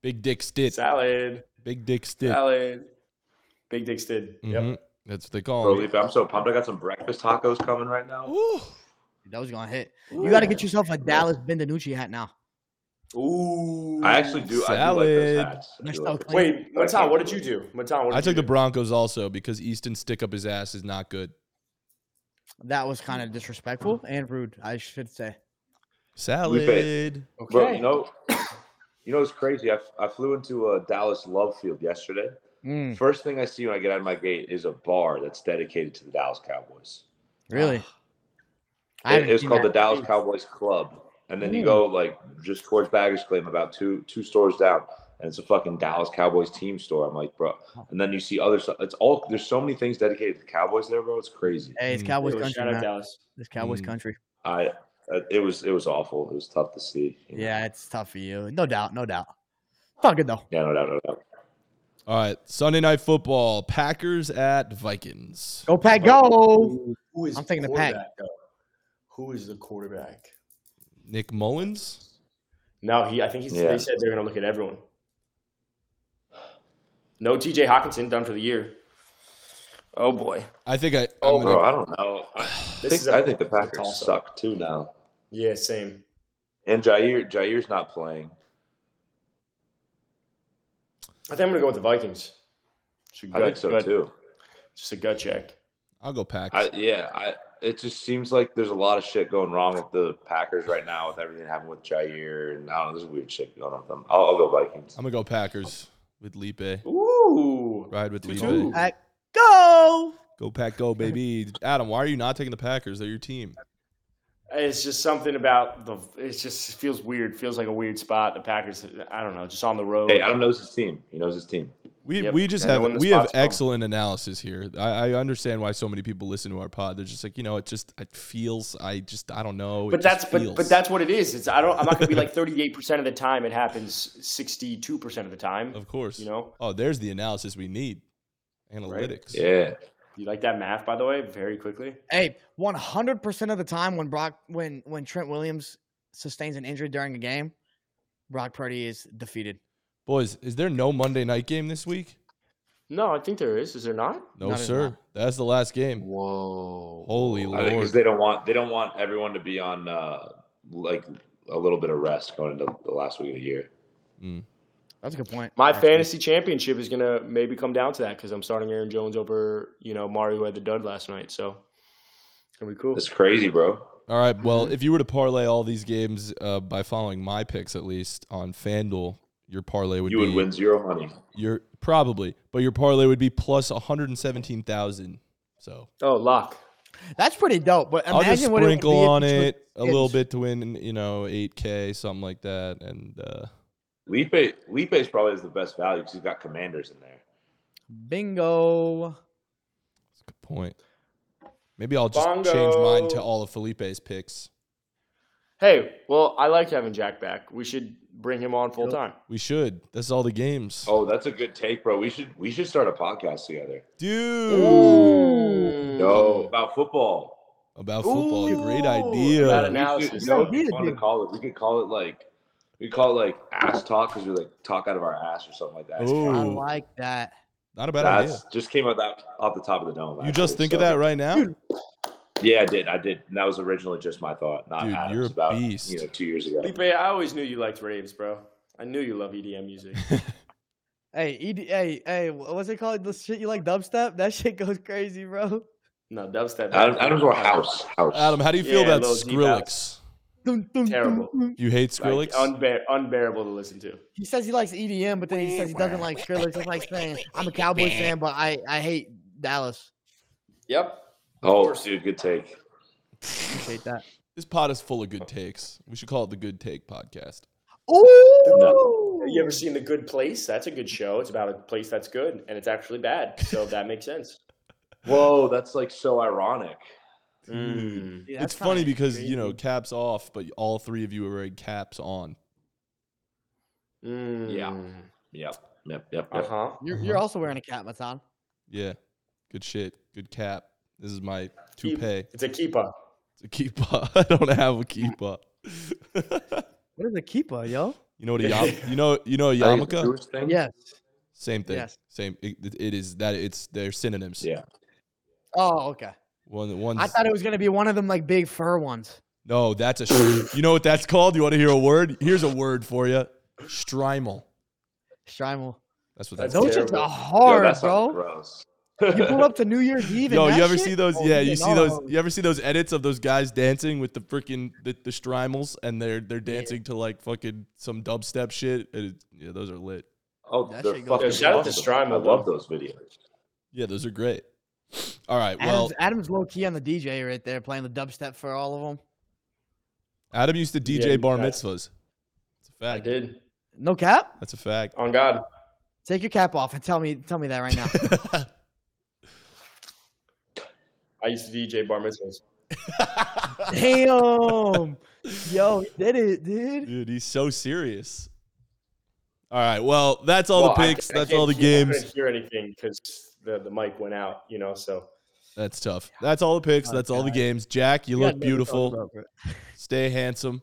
S1: Big dick stit.
S2: Salad.
S1: Big dick stit.
S2: Salad. Big Dick Stid. Yep.
S1: Mhm. That's what they call
S4: Bro,
S1: him.
S4: Leaf, I'm so pumped. I got some breakfast tacos coming right now.
S1: Ooh.
S3: That was gonna hit. You got to get yourself a Dallas Bendinucci hat now.
S2: Ooh.
S4: I actually do. I do like
S1: Salad.
S4: those hats. I
S3: They're
S4: do
S3: so
S4: like those.
S3: clean.
S2: Wait, Matan, what did you do? Matan, what did
S1: I took the
S2: you
S1: Broncos also because Easton stick up his ass is not good.
S3: That was kind of disrespectful and rude, I should say.
S1: Salad.
S2: do? Okay.
S4: Bro, you know, you know, it's crazy. I, I flew into a Dallas love field yesterday.
S3: Mm,
S4: First thing I see when I get out of my gate is a bar that's dedicated to the Dallas Cowboys.
S3: really? I
S4: It,
S3: haven't
S4: it's
S3: seen
S4: called
S3: that.
S4: the Dallas Cowboys Club, and then
S3: Ooh.
S4: you go like just towards Baggers Claim, about two two stores down, and it's a fucking Dallas Cowboys team store. I'm like, bro. And then you see other. stuff. It's all there's so many things dedicated to the Cowboys there, bro. It's crazy.
S3: Hey, it's
S1: Mm.
S3: Cowboys
S2: Anyway,
S3: country,
S2: shout out
S3: man.
S2: Dallas.
S3: It's Cowboys
S1: Mm.
S3: country.
S4: I uh, it was it was awful. It was tough to see. you know.
S3: Yeah, it's tough for you, no doubt, no doubt. It's all good though.
S4: Yeah, no doubt, no doubt.
S1: All right, Sunday night football. Packers at Vikings.
S3: Go pack, go.
S2: Who who is
S3: I'm taking the pack.
S2: quarterback, though? Who is the quarterback?
S1: Nick Mullins.
S2: No, he. I think he's,
S4: Yeah.
S2: they said they're going to look at everyone. No, T.J. Hawkinson done for the year. Oh boy,
S1: I think I. I'm
S2: Oh,
S1: gonna-
S4: Oh, Bro, I don't know. I
S2: This
S4: think,
S2: is a-
S4: I think the
S2: Oh, this is a
S4: Packers
S2: toss-up.
S4: suck too now.
S2: Yeah, same.
S4: And Jair, Jair's not playing.
S2: I think I'm gonna go with the Vikings. It's a
S4: I think so
S2: gut-
S4: too.
S2: Just a gut check.
S1: I'll go Packers.
S4: I, yeah, I, it just seems like there's a lot of shit going wrong with the Packers right now with everything happening with Jair and I don't know, there's weird shit going on with them. I'll, I'll go Vikings.
S1: I'm gonna go Packers with Lipe.
S2: Ooh.
S1: Ride with
S2: Two-two.
S1: Lipe.
S3: Pack, go.
S1: Go Pack, go baby. Adam, why are you not taking the Packers? They're your team.
S2: It's just something about the. It just feels weird. Feels like a weird spot. The Packers. I don't know. Just on the road.
S4: Hey, Adam knows his team. He knows his team.
S1: We
S2: Yep.
S1: we just
S2: I know
S1: have
S2: when the
S1: we have
S2: spot's coming.
S1: excellent analysis here. I, I understand why so many people listen to our pod. They're just like you know it just it feels. I just I don't know. It
S2: but
S1: just
S2: that's but,
S1: feels.
S2: but that's what it is. It's I don't. I'm not gonna be like 38 percent of the time. It happens 62 percent of the time.
S1: of course
S2: You know.
S1: Oh, there's the analysis we need. Analytics.
S4: Yeah.
S2: You like that math, by the way? Very quickly.
S3: Hey, one hundred percent of the time when Brock when when Trent Williams sustains an injury during a game, Brock Purdy is defeated.
S1: Boys, is there no Monday night game this week?
S2: No, I think there is. Is there not?
S1: No,
S3: No, there's
S1: sir.
S3: not.
S1: That's the last game.
S2: Whoa.
S1: Holy
S4: I think
S1: lord!
S4: 'cause they don't want they don't want everyone to be on uh, like a little bit of rest going into the last week of the year.
S1: Mm.
S3: That's a good point.
S2: My
S3: actually.
S2: fantasy championship is gonna maybe come down to that because I'm starting Aaron Jones over you know Mario who had the dud last night. So it's gonna be cool.
S4: It's crazy, bro.
S1: All right. Well, if you were to parlay all these games uh, by following my picks, at least on FanDuel, your parlay would
S4: you
S1: be
S4: would win zero money.
S1: Your probably, but your parlay would be plus one hundred and seventeen thousand. So
S2: Oh, lock.
S3: That's pretty dope. But imagine
S1: I'll just
S3: what it would be
S1: sprinkle
S3: if
S1: on
S3: you took-
S1: it a little
S3: kids.
S1: bit to win, you know, eight k something like that, and uh,
S4: Lipe Lipe's probably is the best value because he's got commanders in there.
S3: Bingo.
S1: that's a good point. Maybe I'll just change mine to
S2: Bongo.
S1: all of Felipe's picks.
S2: Hey, well, I like having Jack back. We should bring him on full time.
S1: We should. That's all the games,
S4: Oh, that's a good take, bro. We should we should start a podcast together.
S1: dude.
S2: Mm.
S4: No, about football.
S1: About football, great
S2: Ooh,
S1: idea.
S2: about it
S4: We
S2: now.
S4: should-
S2: Analysis.
S4: you know,
S3: Yeah,
S4: it'd be
S3: dude.
S4: fun to call it. We could call it like we call it like ass talk because we like talk out of our ass or something like that.
S1: Ooh.
S3: I like that.
S1: Not a bad idea.
S4: That's just came out that off the top of the dome.
S1: You just
S4: actually,
S1: think
S4: so-
S1: of that right now,
S3: Dude,
S4: Yeah, I did. I did. And that was originally just my thought, not
S1: Dude,
S4: Adam's.
S1: you're a
S4: about
S1: beast.
S4: you know two years ago.
S2: Felipe, I always knew you liked raves, bro. I knew you love EDM music.
S3: Hey, ED, hey, hey, wh- what's it called? The shit you like dubstep? That shit goes crazy, bro.
S2: No, dubstep.
S4: Adam, Adam's more house. House.
S1: Adam. How do you feel
S2: Yeah,
S1: about
S2: Lil G Val.
S1: Skrillex?
S3: Dum, dum, dum,
S2: Terrible.
S3: dum.
S1: You hate Skrillex?
S2: Like, unbear- unbearable to listen to.
S3: He says he likes EDM, but then he says he doesn't like Skrillex. It's like saying I'm a Cowboys fan, but I, I hate Dallas.
S2: Yep.
S4: oh, dude, good take.
S3: Appreciate that.
S1: This pod is full of good takes. We should call it the Good Take Podcast.
S3: Ooh.
S2: You ever seen The Good Place? That's a good show. It's about a place that's good and it's actually bad. So that makes sense.
S4: Whoa, that's like so ironic.
S2: Mm.
S3: Yeah, that's
S1: it's funny
S3: kinda
S1: because you know
S3: crazy.
S1: caps off, but all three of you are wearing caps on.
S2: Mm.
S4: Yep. Yep. Yep.
S2: Uh
S4: yep.
S2: huh.
S3: you're,
S1: Uh-huh.
S3: you're also wearing a cap, Matan.
S1: Yeah, good shit, good cap. This is my
S2: Keep-
S1: toupee.
S2: It's a keeper.
S1: It's a keepa. I don't have a keepa.
S3: What is a keeper, yo?
S1: you know what a yam- you know you know a
S4: I think it's a
S1: yarmulke?
S4: Jewish thing.
S3: Yes.
S1: Same thing.
S3: Yes.
S1: Same. It, it- it is that. It's they're synonyms.
S4: Yeah.
S3: Oh, okay.
S1: One. One.
S3: I thought it was gonna be one of them like big fur ones.
S1: No, that's a. Sh- you know what that's called? You want to hear a word? Here's a word for you. Strimal.
S3: Strimal.
S1: That's what that's.
S2: That's
S1: called.
S3: Those shits
S2: terrible.
S3: are
S4: Yo,
S3: hard,
S4: that
S3: bro.
S4: sounds Gross.
S3: You pull up to New Year's Eve.
S1: Yo,
S3: and
S1: you
S3: that
S1: ever
S3: shit?
S1: see those?
S3: Oh,
S1: yeah,
S3: you
S1: you
S3: getting
S1: see
S3: all
S1: those?
S3: over.
S1: You ever see those edits of those guys dancing with the freaking the, the strimals and they're they're dancing to like fucking some dubstep shit? And it, yeah, those are lit.
S4: Oh,
S3: That
S4: they're
S3: shit goes-
S4: fucking
S2: Yo, shout out to
S4: awesome.
S2: Strima,
S4: I love
S2: though.
S4: those videos.
S1: Yeah, those are great. All right, well,
S3: Adam's, Adam's low key on the DJ right there, playing the dubstep for all of them.
S1: Adam used to DJ
S2: you
S1: bar
S2: got it.
S1: mitzvahs. It's a
S2: I
S1: fact.
S2: did.
S3: No cap.
S1: That's a fact.
S2: On God.
S3: Take your cap off and tell me tell me that right now.
S2: Oh, I used to DJ bar mitzvahs.
S3: Damn. Yo, he did it, dude.
S1: Dude, he's so serious. All right, well, that's all
S2: Well,
S1: the
S2: I-
S1: picks.
S2: I
S1: that's
S2: can't
S1: all the
S2: hear- I
S1: games.
S2: couldn't hear anything because the, the mic went out, you know, so.
S1: That's tough. That's all the picks.
S3: Oh,
S1: That's all the
S3: God.
S1: games. Jack, you
S3: We
S1: look
S3: got another
S1: beautiful.
S3: phone call, bro.
S1: Stay handsome.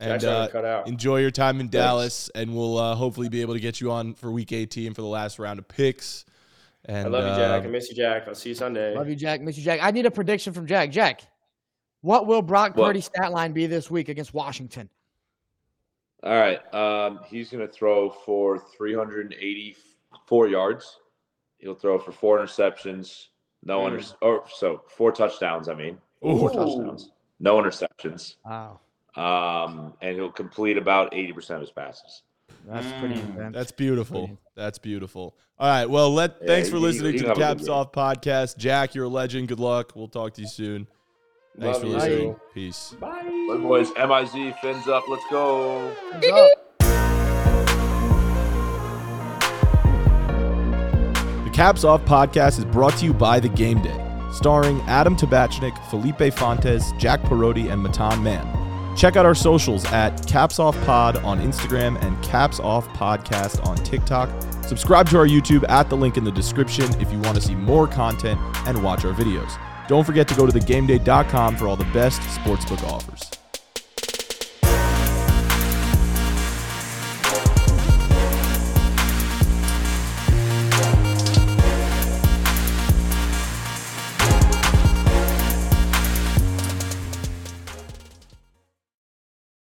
S1: And
S2: That's how
S1: uh,
S2: it cut out.
S1: Enjoy your time in
S4: Thanks.
S1: Dallas, and we'll uh, hopefully be able to get you on for Week 18 for the last round of picks. And
S2: I love you, Jack. I
S1: um,
S2: miss you, Jack. I'll see you Sunday.
S3: Love you, Jack. Miss you, Jack. I need a prediction from Jack. Jack, What will Brock
S4: What?
S3: Purdy's stat line be this week against Washington?
S4: All right. Um, he's going to throw for 384 yards. He'll throw for four interceptions, no
S2: Hmm.
S4: unders or so four touchdowns. I mean,
S1: um, Ooh.
S4: four touchdowns, no interceptions.
S3: Wow,
S4: Um, and he'll complete about 80% of his passes.
S3: that's pretty.
S2: Mm,
S3: intense.
S1: That's beautiful. That's beautiful. All right. Well, let
S4: Yeah,
S1: thanks
S4: you-
S1: for
S4: you-
S1: listening
S4: you
S1: to the
S4: have a good
S1: Caps
S4: one.
S1: Off podcast. Jack, you're a legend. Good luck. We'll talk to you soon. Thanks
S2: Love
S1: for
S2: you.
S1: listening. Peace.
S2: Bye.
S4: But boys, MIZ, fins up. Let's go.
S3: What's up?
S1: The Caps Off podcast is brought to you by The Game Day, starring Adam Tabachnik, Felipe Fontes, Jack Perotti, and Matan Mann. Check out our socials at Caps Off Pod on Instagram and Caps Off Podcast on TikTok. Subscribe to our YouTube at the link in the description if you want to see more content and watch our videos. Don't forget to go to thegameday.com for all the best sportsbook offers.